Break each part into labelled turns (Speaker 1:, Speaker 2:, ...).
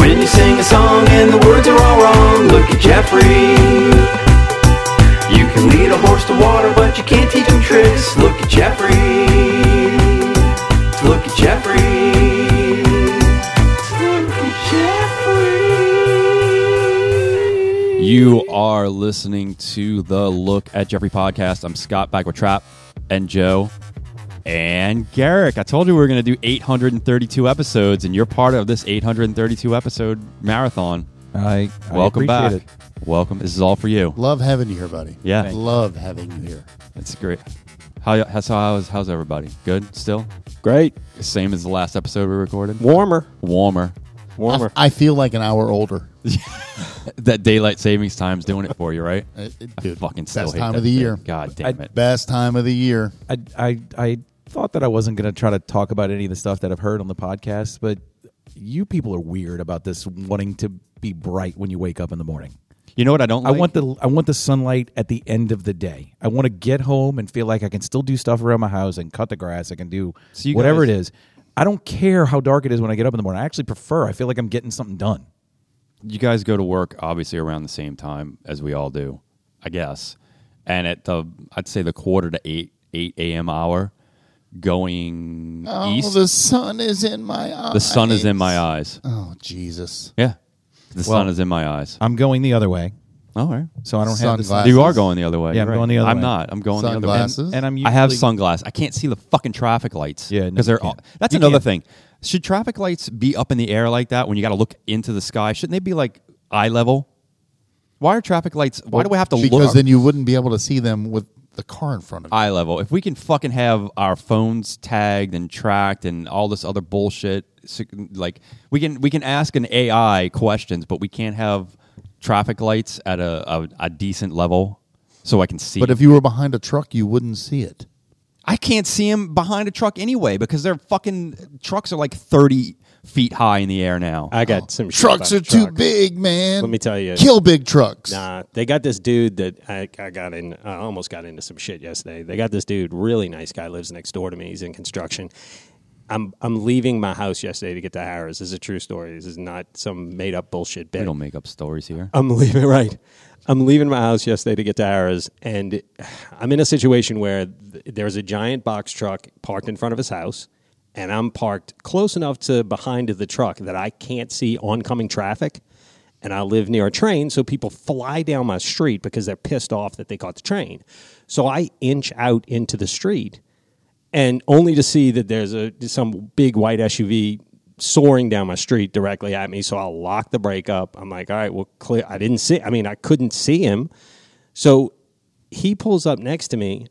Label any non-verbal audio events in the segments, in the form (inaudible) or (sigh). Speaker 1: a song and the words are all wrong. Look at Jeffrey. You can lead a horse to water, but you can't teach him tricks. Look at Jeffrey. Look at Jeffrey. Look at Jeffrey.
Speaker 2: You are listening to the Look at Jeffrey podcast. I'm Scott back with Trap and Joe and Garrick. I told you we were going to do 832 episodes, and you're part of this 832 episode marathon.
Speaker 3: I, I
Speaker 2: Welcome
Speaker 3: appreciate
Speaker 2: back.
Speaker 3: It.
Speaker 2: Welcome. This is all for you.
Speaker 4: Love having you here, buddy.
Speaker 2: Yeah. Thank you.
Speaker 4: Love having you here.
Speaker 2: It's great. How how's how's, how's everybody? Good still?
Speaker 3: Great.
Speaker 2: Same as the last episode we recorded.
Speaker 3: Warmer.
Speaker 2: Warmer.
Speaker 3: Warmer.
Speaker 4: I, I feel like an hour
Speaker 2: (laughs)
Speaker 4: older. Uh,
Speaker 2: That daylight savings time's doing it for you, right?
Speaker 4: It- it-
Speaker 2: I
Speaker 4: dude,
Speaker 2: fucking still
Speaker 4: best
Speaker 2: hate
Speaker 4: time
Speaker 2: that
Speaker 4: of the
Speaker 2: thing.
Speaker 4: year.
Speaker 2: God damn it.
Speaker 4: Best time of the year.
Speaker 3: I, I, I thought that I wasn't going to try to talk about any of the stuff that I've heard on the podcast, but you people are weird about this wanting to be bright when you wake up in the morning.
Speaker 2: You know what I don't
Speaker 3: I
Speaker 2: like?
Speaker 3: want the I want the sunlight at the end of the day. I want to get home and feel like I can still do stuff around my house and cut the grass. I can do
Speaker 2: So you
Speaker 3: whatever
Speaker 2: guys-
Speaker 3: it is. I don't care how dark it is when I get up in the morning. I actually prefer. I feel like I'm getting something done.
Speaker 2: you guys go to work obviously around the same time as we all do, I guess. And at the I'd say the quarter to eight eight a.m. hour, going east,
Speaker 4: Oh, the sun is in my eyes.
Speaker 2: the sun is in my eyes.
Speaker 4: Oh, Jesus.
Speaker 2: Yeah, the sun is in my eyes.
Speaker 3: I'm going the other way,
Speaker 2: All right,
Speaker 3: so I don't have the sun.
Speaker 4: Sunglasses.
Speaker 2: you are going the other way.
Speaker 3: Yeah, I'm
Speaker 2: You're right.
Speaker 3: going the other
Speaker 2: I'm
Speaker 3: way.
Speaker 2: not. I'm going the other way.
Speaker 4: Sunglasses.
Speaker 3: And I'm
Speaker 2: I have
Speaker 3: usually-
Speaker 2: sunglasses. I can't see the fucking traffic lights.
Speaker 3: Yeah, no,
Speaker 2: because
Speaker 3: you
Speaker 2: they're. All,
Speaker 3: can't.
Speaker 2: that's
Speaker 3: You
Speaker 2: another
Speaker 3: can't.
Speaker 2: thing. Should traffic lights be up in the air like that when you got to look into the sky? Shouldn't they be like eye level? Why are traffic lights? Why do we have to
Speaker 4: because
Speaker 2: look?
Speaker 4: then you wouldn't be able to see them with the car in front of you.
Speaker 2: eye level. If we can fucking have our phones tagged and tracked and all this other bullshit, so- like we can we can ask an AI questions, but we can't have traffic lights at a, a, a decent level so I can see.
Speaker 4: but if you were behind a truck, you wouldn't see it.
Speaker 2: I can't see them behind a truck anyway because their fucking trucks are like thirty feet high in the air now.
Speaker 5: I got some shit
Speaker 4: Oh. Trucks are
Speaker 5: about
Speaker 4: too
Speaker 5: trucks.
Speaker 4: big, man.
Speaker 5: Let me tell you.
Speaker 4: Kill big trucks. (laughs)
Speaker 5: Nah, they got this dude that I, I got in. I almost got into some shit yesterday. They got this dude, really nice guy, lives next door to me. He's in construction. I'm I'm leaving my house yesterday to get to Harris. This is a true story. This is not some made up bullshit
Speaker 2: we
Speaker 5: bit.
Speaker 2: don't make up stories here.
Speaker 5: I'm leaving (laughs) right. I'm leaving my house yesterday to get to Harris, and I'm in a situation where th- there's a giant box truck parked in front of his house, and I'm parked close enough to behind the truck that I can't see oncoming traffic. And I live near a train, so people fly down my street because they're pissed off that they caught the train. So I inch out into the street, and only to see that there's a some big white SUV soaring down my street directly at me. So I'll lock the brake up. I'm like, all right, well, clear. I didn't see. I mean, I couldn't see him. So he pulls up next to me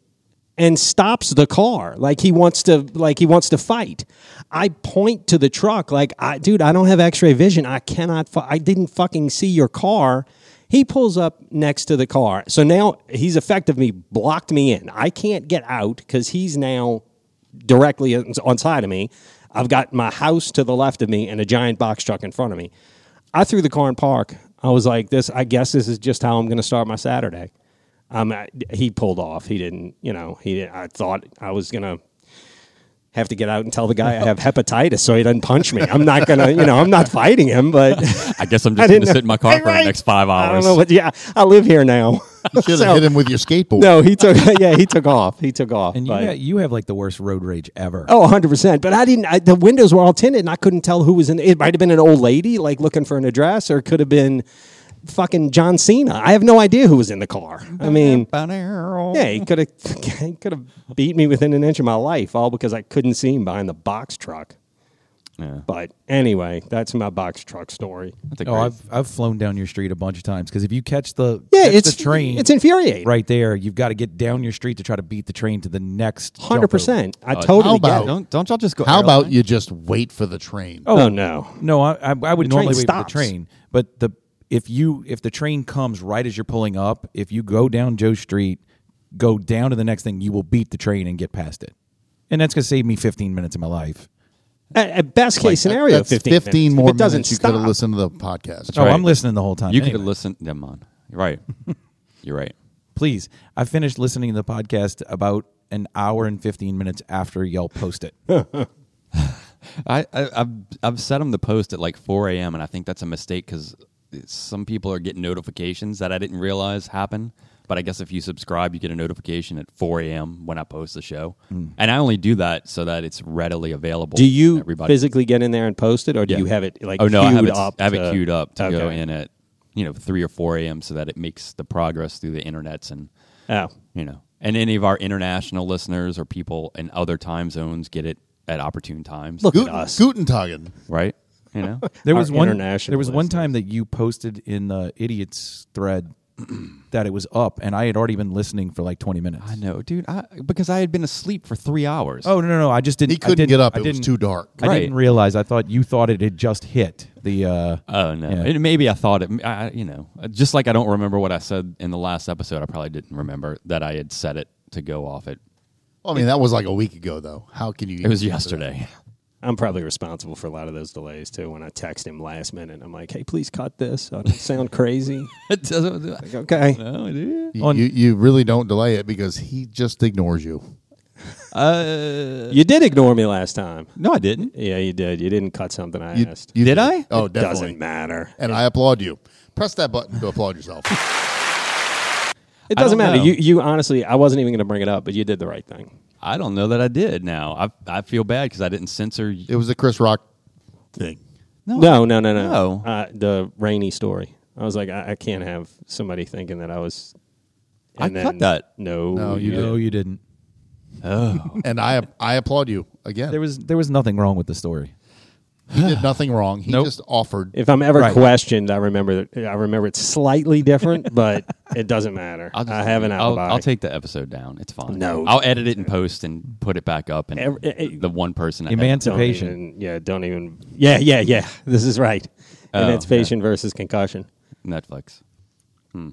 Speaker 5: and stops the car like he wants to like he wants to fight. I point to the truck like, I, dude, I don't have X-ray vision. I cannot. Fu- I didn't fucking see your car. He pulls up next to the car. So now he's effectively blocked me in. I can't get out because he's now directly on on side of me. I've got my house to the left of me and a giant box truck in front of me. I threw the car in park. I was like, "This, I guess, this is just how I'm going to start my Saturday." Um, I, he pulled off. He didn't, you know. He, didn't- I thought I was going to have to get out and tell the guy
Speaker 2: (laughs)
Speaker 5: I have hepatitis so he doesn't punch me. I'm not going to, you know, I'm not fighting
Speaker 2: (laughs)
Speaker 5: him, but (laughs)
Speaker 2: I guess I'm
Speaker 5: I
Speaker 2: just going
Speaker 5: didn't
Speaker 2: to
Speaker 5: know-
Speaker 2: sit in my car
Speaker 5: Hey,
Speaker 2: for
Speaker 5: right.
Speaker 2: the next five
Speaker 5: I don't
Speaker 2: hours.
Speaker 5: know what. Yeah, I live here now.
Speaker 4: You should have
Speaker 5: (laughs) So-
Speaker 4: hit him with your skateboard.
Speaker 5: no, he took. (laughs) Yeah, he took off. He took off.
Speaker 3: And you,
Speaker 5: but-
Speaker 3: ha- you have like the worst road rage ever.
Speaker 5: Oh, 100%. But I didn't, I, the windows were all tinted and I couldn't tell who was in it. might have been an old lady like looking for an address or it could have been fucking John Cena. I have no idea who was in the car. I mean, yeah, he could have (laughs) he could have beat me within an inch of my life all because I couldn't see him behind the box truck.
Speaker 2: Yeah.
Speaker 5: But anyway, that's my box truck story.
Speaker 2: That's a
Speaker 3: Oh,
Speaker 2: great-
Speaker 3: I've I've flown down your street a bunch of times because if you catch the
Speaker 5: Yeah,
Speaker 3: catch
Speaker 5: it's
Speaker 3: the train,
Speaker 5: It's infuriating.
Speaker 3: right there. You've got to get down your street to try to beat the train to the next jump over.
Speaker 5: 100%. I
Speaker 4: Uh, how
Speaker 5: totally
Speaker 4: about-
Speaker 5: get it.
Speaker 2: don't don't y'all just go.
Speaker 4: How about
Speaker 2: airline?
Speaker 4: you just wait for the train?
Speaker 5: Oh, no.
Speaker 3: No, I I, I would
Speaker 5: The train
Speaker 3: normally wait for the
Speaker 5: stops.
Speaker 3: train, but the if you if the train comes right as you're pulling up, if you go down Joe Street, go down to the next thing, you will beat the train and get past it, and that's gonna save me 15 minutes of my life.
Speaker 5: At, at best case scenario,
Speaker 4: That's
Speaker 5: 15,
Speaker 4: 15,
Speaker 5: minutes. If
Speaker 4: more
Speaker 5: it doesn't
Speaker 4: minutes you could have
Speaker 5: stop-
Speaker 4: listened to the podcast.
Speaker 3: Oh,
Speaker 2: right.
Speaker 3: I'm listening the whole time.
Speaker 2: You
Speaker 3: anyway.
Speaker 2: could listen. Them on. You're right. (laughs) You're right.
Speaker 3: please. I finished listening to the podcast about an hour and 15 minutes after y'all post it.
Speaker 2: I, I I've I've set them to post at like 4 a.m. and I think that's a mistake because some people are getting notifications that I didn't realize happen. But I guess if you subscribe, you get a notification at 4 a.m. when I post the show, and I only do that so that it's readily available.
Speaker 5: Hmm. Do you
Speaker 2: to everybody?
Speaker 5: physically get in there and post it, or do
Speaker 2: Yeah.
Speaker 5: you have it like?
Speaker 2: oh no, I have
Speaker 5: queued
Speaker 2: it,
Speaker 5: up
Speaker 2: I have
Speaker 5: to-
Speaker 2: it queued up to go
Speaker 5: Okay.
Speaker 2: in at you know 3 or 4 a.m. so that it makes the progress through the internets and
Speaker 5: Oh,
Speaker 2: you know, and any of our international listeners or people in other time zones get it at opportune times.
Speaker 5: Look at
Speaker 4: Guten,
Speaker 5: us.
Speaker 4: Guten Tagen.
Speaker 2: right? You
Speaker 5: (laughs)
Speaker 2: know,
Speaker 3: There
Speaker 5: Our
Speaker 3: was one.
Speaker 5: international
Speaker 3: There was one
Speaker 5: listeners.
Speaker 3: time that you posted in the idiots thread (clears throat) that it was up, and I had already been listening for like twenty minutes.
Speaker 2: I know, dude. I, because I had been asleep for three hours.
Speaker 3: Oh no no no! I just didn't.
Speaker 4: He
Speaker 3: I
Speaker 4: couldn't
Speaker 3: didn't-
Speaker 4: get up.
Speaker 3: I
Speaker 4: It was
Speaker 3: didn't-
Speaker 4: too dark.
Speaker 3: I
Speaker 2: Right.
Speaker 3: didn't realize. I thought you thought it had just hit the. Uh,
Speaker 2: Oh no!
Speaker 3: Yeah.
Speaker 2: And maybe I thought it. I, you know, uh, just like I don't remember what I said in the last episode, I probably didn't remember that I had set it to go off it.
Speaker 4: I mean, that was like a week ago, though. How can you?
Speaker 2: It was (laughs)
Speaker 4: even
Speaker 2: yesterday.
Speaker 5: I'm probably responsible for a lot of those delays too. When I text him last minute, I'm like, "Hey, please cut this. I don't sound crazy."
Speaker 2: it doesn't.
Speaker 5: Like, okay,
Speaker 2: No, dude.
Speaker 4: You, you you really don't delay it because he just ignores you.
Speaker 2: Uh,
Speaker 5: you did ignore me last time.
Speaker 2: no, I didn't.
Speaker 5: Yeah, you did. You didn't cut something I
Speaker 4: You-
Speaker 5: asked.
Speaker 4: you
Speaker 2: Did I?
Speaker 4: Oh, definitely.
Speaker 5: it doesn't matter.
Speaker 4: And I applaud you. Press that button to applaud yourself.
Speaker 5: It
Speaker 2: I
Speaker 5: doesn't
Speaker 2: don't
Speaker 5: matter.
Speaker 2: know.
Speaker 5: You, you honestly, I wasn't even going to bring it up, but you did the right thing.
Speaker 2: I don't know that I did. Now I I feel bad because I didn't censor. y-
Speaker 4: It was a Chris Rock thing.
Speaker 5: No, no, no, no.
Speaker 2: Oh. No.
Speaker 5: Uh, the rainy story. I was like, I, I can't have somebody thinking that I was.
Speaker 2: I
Speaker 5: and
Speaker 2: cut that.
Speaker 5: No,
Speaker 4: No, you
Speaker 5: Oh, didn't.
Speaker 3: no, you didn't.
Speaker 4: And I I applaud you again.
Speaker 3: There was there was nothing wrong with the story.
Speaker 4: he did nothing wrong. He
Speaker 3: Nope.
Speaker 4: just offered.
Speaker 5: If I'm ever
Speaker 3: Right.
Speaker 5: questioned, I remember. that- I remember it's
Speaker 2: (laughs)
Speaker 5: slightly different, but it doesn't matter.
Speaker 2: I'll just-
Speaker 5: I have an
Speaker 2: I'll,
Speaker 5: alibi.
Speaker 2: I'll take the episode down. It's fine.
Speaker 5: No.
Speaker 2: I'll edit it and post and put it back up. And
Speaker 5: Every- eh,
Speaker 2: the one person I had-
Speaker 5: Don't
Speaker 3: Emancipation.
Speaker 5: even, yeah, don't even. Yeah, yeah, yeah. (laughs) This is right.
Speaker 2: Oh,
Speaker 5: Emancipation versus concussion.
Speaker 2: Netflix. Hmm.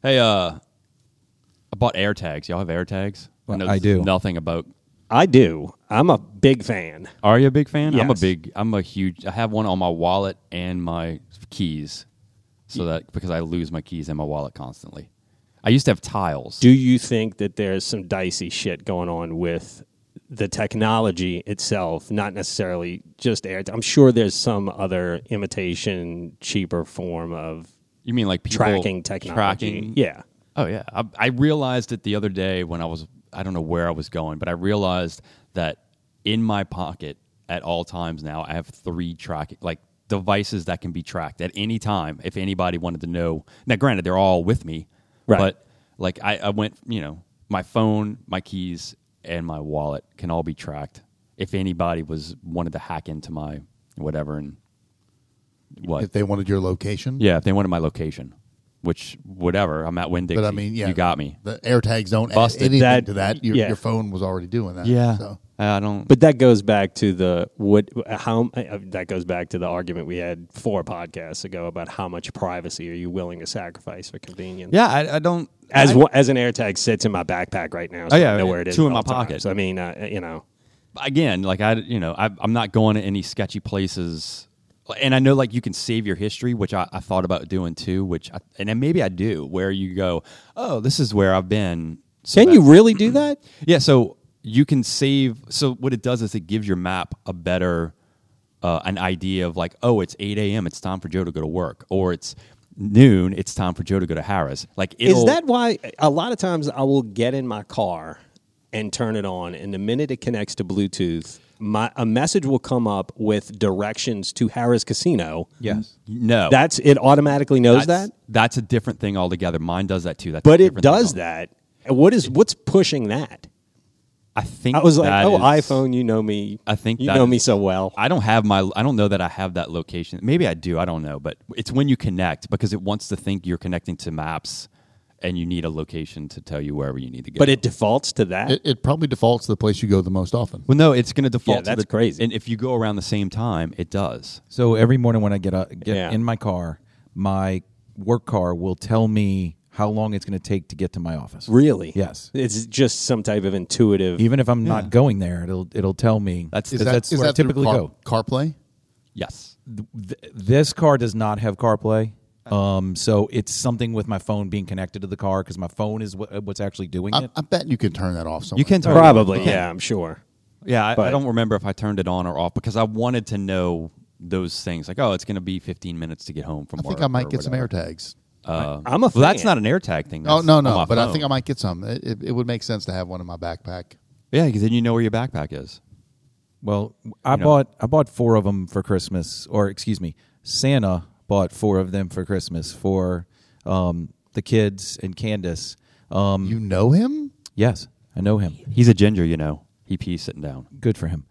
Speaker 2: Hey, uh, I bought AirTags. Y'all have AirTags?
Speaker 3: Well,
Speaker 2: know this
Speaker 3: I
Speaker 2: is
Speaker 3: do.
Speaker 2: Nothing about.
Speaker 5: I do. I'm a big fan.
Speaker 2: Are you a big fan? I'm a
Speaker 5: Yes.
Speaker 2: big. I'm a huge. I have one on my wallet and my keys, so that because I lose my keys and my wallet constantly. I used to have tiles.
Speaker 5: Do you think that there's some dicey shit going on with the technology itself, not necessarily just air? I'm sure there's some other imitation, cheaper form of
Speaker 2: you mean like people
Speaker 5: tracking technology.
Speaker 2: Tracking,
Speaker 5: Yeah.
Speaker 2: Oh yeah, I, I realized it the other day when I was I don't know where I was going, but I realized that in my pocket at all times now I have three tracking like devices that can be tracked at any time if anybody wanted to know. Now, granted, they're all with me,
Speaker 5: Right.
Speaker 2: But like I, I went, you know, my phone, my keys, and my wallet can all be tracked if anybody was wanted to hack into my whatever and what
Speaker 4: If they wanted your location,
Speaker 2: yeah, if they wanted my location, which whatever, I'm at Winn Dixie.
Speaker 4: But I mean, yeah,
Speaker 2: you got me.
Speaker 4: The AirTags don't
Speaker 2: Busted.
Speaker 4: add anything
Speaker 5: That-
Speaker 4: to that. Your,
Speaker 5: yeah.
Speaker 4: your phone was already doing that.
Speaker 2: Yeah,
Speaker 4: So.
Speaker 2: I don't.
Speaker 5: But that goes back to the what how uh, that goes back to the argument we had four podcasts ago about how much privacy are you willing to sacrifice for convenience?
Speaker 2: yeah, I, I don't.
Speaker 5: As
Speaker 2: I,
Speaker 5: one, as an AirTag sits in my backpack right now, so
Speaker 2: Oh, yeah,
Speaker 5: I know where it is.
Speaker 2: two
Speaker 5: at
Speaker 2: in my
Speaker 5: all
Speaker 2: pocket.
Speaker 5: times. I mean, uh, you know,
Speaker 2: again, like I, you know, I, I'm not going to any sketchy places. And I know, like, you can save your history, which I, I thought about doing too. Which, I, and then maybe I do, where you go, oh, this is where I've been. So
Speaker 5: can
Speaker 2: that-
Speaker 5: you really do that?
Speaker 2: Yeah, so you can save. So what it does is it gives your map a better, uh, an idea of like, oh, it's eight a.m. It's time for Joe to go to work, or it's noon. It's time for Joe to go to Harris. Like, it'll,
Speaker 5: Is that why a lot of times I will get in my car and turn it on, and the minute it connects to Bluetooth, my a message will come up with directions to Harris Casino.
Speaker 3: Yes.
Speaker 2: no?
Speaker 5: That's it. Automatically knows
Speaker 2: that's,
Speaker 5: that,
Speaker 2: that's a different thing altogether. Mine does that too. That's a
Speaker 5: but
Speaker 2: different
Speaker 5: it
Speaker 2: thing
Speaker 5: does
Speaker 2: altogether.
Speaker 5: that. What is what's pushing that?
Speaker 2: I think
Speaker 5: I was like,
Speaker 2: that
Speaker 5: oh,
Speaker 2: is-
Speaker 5: iPhone, you know me.
Speaker 2: I think
Speaker 5: you
Speaker 2: that
Speaker 5: know
Speaker 2: is-
Speaker 5: me so well.
Speaker 2: I don't have my. I don't know that I have that location. Maybe I do. I don't know. But it's when you connect because it wants to think you're connecting to maps, and you need a location to tell you wherever you need to go.
Speaker 5: but it defaults to that.
Speaker 4: It, it probably defaults to the place you go the most often.
Speaker 2: Well, no, it's going to default.
Speaker 5: Yeah,
Speaker 2: to
Speaker 5: that's
Speaker 2: the-
Speaker 5: crazy.
Speaker 2: And if you go around the same time, it does.
Speaker 3: So every morning when I get up, get
Speaker 5: Yeah.
Speaker 3: in my car, my work car will tell me how long it's going to take to get to my office.
Speaker 5: really?
Speaker 3: Yes.
Speaker 5: It's just some type of intuitive.
Speaker 3: Even if I'm not going there, it'll it'll tell me.
Speaker 2: That's-
Speaker 4: Is
Speaker 3: because
Speaker 4: that-
Speaker 3: that's
Speaker 4: is
Speaker 3: where I
Speaker 4: that through
Speaker 3: typically
Speaker 4: car,
Speaker 3: go.
Speaker 4: CarPlay?
Speaker 2: Yes.
Speaker 3: Th- this car does not have CarPlay. Um, so it's something with my phone being connected to the car because my phone is what, what's actually doing
Speaker 4: I,
Speaker 3: it.
Speaker 4: I bet you can turn that off somewhere.
Speaker 2: You can turn
Speaker 5: probably, yeah, I'm sure.
Speaker 2: Yeah, I, I
Speaker 5: But-
Speaker 2: don't remember if I turned it on or off because I wanted to know those things. Like, oh, it's going to be 15 minutes to get home from
Speaker 4: I think
Speaker 2: work
Speaker 4: I
Speaker 2: or
Speaker 4: might get some
Speaker 2: whatever.
Speaker 4: AirTags.
Speaker 5: I'm a fan.
Speaker 2: Um, Well, that's not an AirTag thing.
Speaker 4: Oh
Speaker 2: That's
Speaker 4: no,
Speaker 2: on
Speaker 4: no,
Speaker 2: my
Speaker 4: but I
Speaker 2: phone.
Speaker 4: think I might get some. It, it, it would make sense to have one in my backpack.
Speaker 2: Yeah, because then you know where your backpack is.
Speaker 3: Well, I
Speaker 2: know.
Speaker 3: bought I bought four of them for Christmas, or excuse me, Santa bought four of them for Christmas for um, the kids and Candace. Um,
Speaker 4: You know him?
Speaker 3: yes, I know him.
Speaker 2: He's a ginger, you know. He pees sitting down.
Speaker 3: Good for him.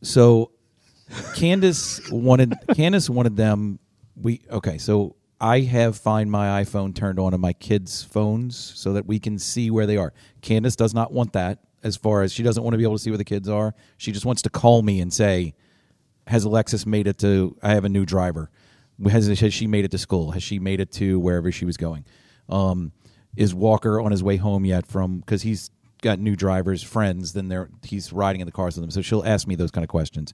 Speaker 3: So, Candace wanted Candace wanted them. We okay. So I have find my iPhone turned on on my kids' phones so that we can see where they are. Candace does not want that. As far as she doesn't want to be able to see where the kids are, she just wants to call me and say, has Alexis made it to? I have a new driver. Has, has she made it to school? Has she made it to wherever she was going? Um, is Walker on his way home yet from? Because he's got new drivers, friends. Then they're he's riding in the cars with them. So she'll ask me those kind of questions.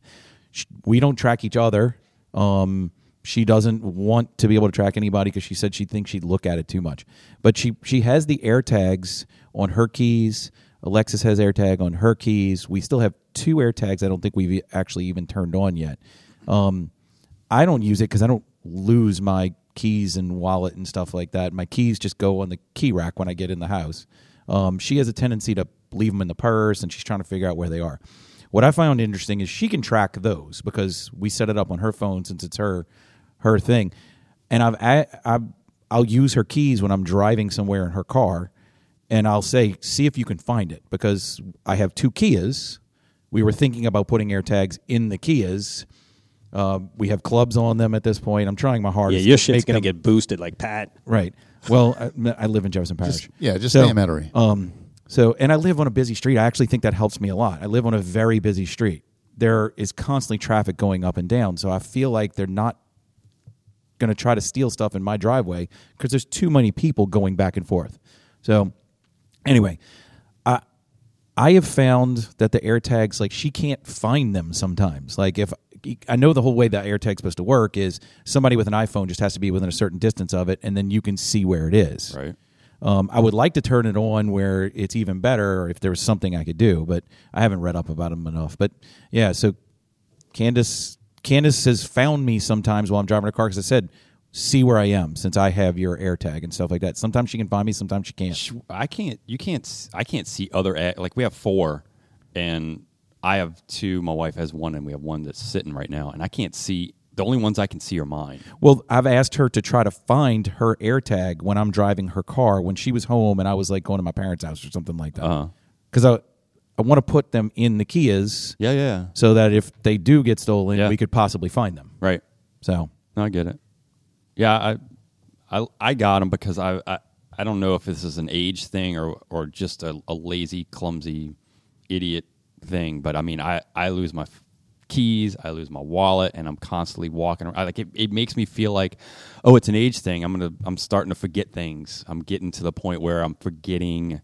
Speaker 3: Sh we don't track each other. Um, she doesn't want to be able to track anybody because she said she thinks she'd look at it too much. But she she has the air tags on her keys. Alexis has AirTag on her keys. We still have two AirTags. I don't think we've e-, actually even turned on yet. Um, I don't use it because I don't lose my keys and wallet and stuff like that. My keys just go on the key rack when I get in the house. Um, she has a tendency to leave them in the purse, and she's trying to figure out where they are. What I found interesting is she can track those because we set it up on her phone since it's her her thing. And I've I, I've I'll use her keys when I'm driving somewhere in her car, and I'll say, see if you can find it because I have two Kias. We were thinking about putting AirTags in the Kias. Uh, we have clubs on them at this point. I'm trying my
Speaker 5: Yeah,
Speaker 3: hardest.
Speaker 5: your shit's
Speaker 3: making
Speaker 5: gonna
Speaker 3: them-
Speaker 5: get boosted like Pat.
Speaker 3: right. Well, I, I live in Jefferson Parish.
Speaker 4: Yeah, just
Speaker 3: So,
Speaker 4: stay in Metairie.
Speaker 3: um, so, and I live on a busy street. I actually think that helps me a lot. I live on a very busy street. There is constantly traffic going up and down, so I feel like they're not going to try to steal stuff in my driveway because there's too many people going back and forth. So, anyway, I I have found that the AirTags like she can't find them sometimes. Like if I know the whole way that AirTag's supposed to work is somebody with an iPhone just has to be within a certain distance of it, and then you can see where it is.
Speaker 2: Right.
Speaker 3: Um, I would like to turn it on where it's even better, or if there was something I could do, but I haven't read up about them enough. But yeah, so Candace Candace has found me sometimes while I'm driving a car because I said, "See where I am," since I have your AirTag and stuff like that. Sometimes she can find me, sometimes she can't.
Speaker 2: Sh- I can't. You can't. s- I can't see other. a- Like we have four, and I have two. My wife has one, and we have one that's sitting right now, and I can't see. The only ones I can see are mine.
Speaker 3: Well, I've asked her to try to find her AirTag when I'm driving her car when she was home and I was like going to my parents' house or something like
Speaker 2: Uh-huh.
Speaker 3: that. Because I I want to put them in the Kias
Speaker 2: Yeah, yeah.
Speaker 3: so that if they do get stolen,
Speaker 2: Yeah.
Speaker 3: we could possibly find them.
Speaker 2: Right.
Speaker 3: So
Speaker 2: No, I get it. Yeah, I, I, I got him because I, I, I don't know if this is an age thing or, or just a, a lazy, clumsy, idiot thing. But I mean, I, I lose my f- keys, I lose my wallet, and I'm constantly walking around. I, like it, it makes me feel like, oh, it's an age thing. I'm gonna, I'm starting to forget things. I'm getting to the point where I'm forgetting.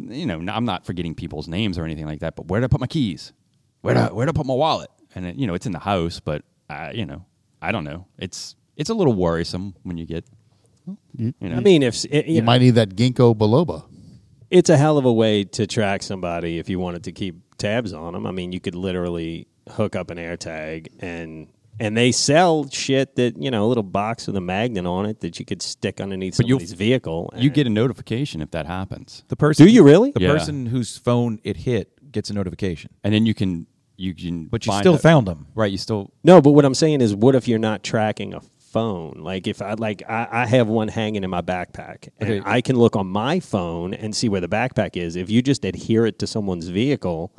Speaker 2: You know, n- I'm not forgetting people's names or anything like that. But where did I put my keys? Where did I, where did I put my wallet? And it, you know, it's in the house, but I, you know, I don't know. It's it's a little worrisome when you get
Speaker 4: You,
Speaker 2: you know.
Speaker 5: I mean, if it,
Speaker 4: you might need that ginkgo biloba.
Speaker 5: it's a hell of a way to track somebody if you wanted to keep tabs on them. I mean, you could literally hook up an AirTag and and they sell shit that you know a little box with a magnet on it that you could stick underneath
Speaker 2: But you'll-
Speaker 5: somebody's vehicle.
Speaker 2: you
Speaker 5: and-
Speaker 2: get a notification if that happens,
Speaker 3: the person
Speaker 5: Do you really?
Speaker 3: the
Speaker 2: Yeah.
Speaker 3: person whose phone it hit gets a notification,
Speaker 2: and then you can you can.
Speaker 3: but you
Speaker 2: find
Speaker 3: still
Speaker 2: a-
Speaker 3: found them.
Speaker 2: right. You still
Speaker 5: no, but what I'm saying is, what if you're not tracking a phone? Like if I like I, I have one hanging in my backpack and
Speaker 2: Okay.
Speaker 5: I can look on my phone and see where the backpack is. If you just adhere it to someone's vehicle,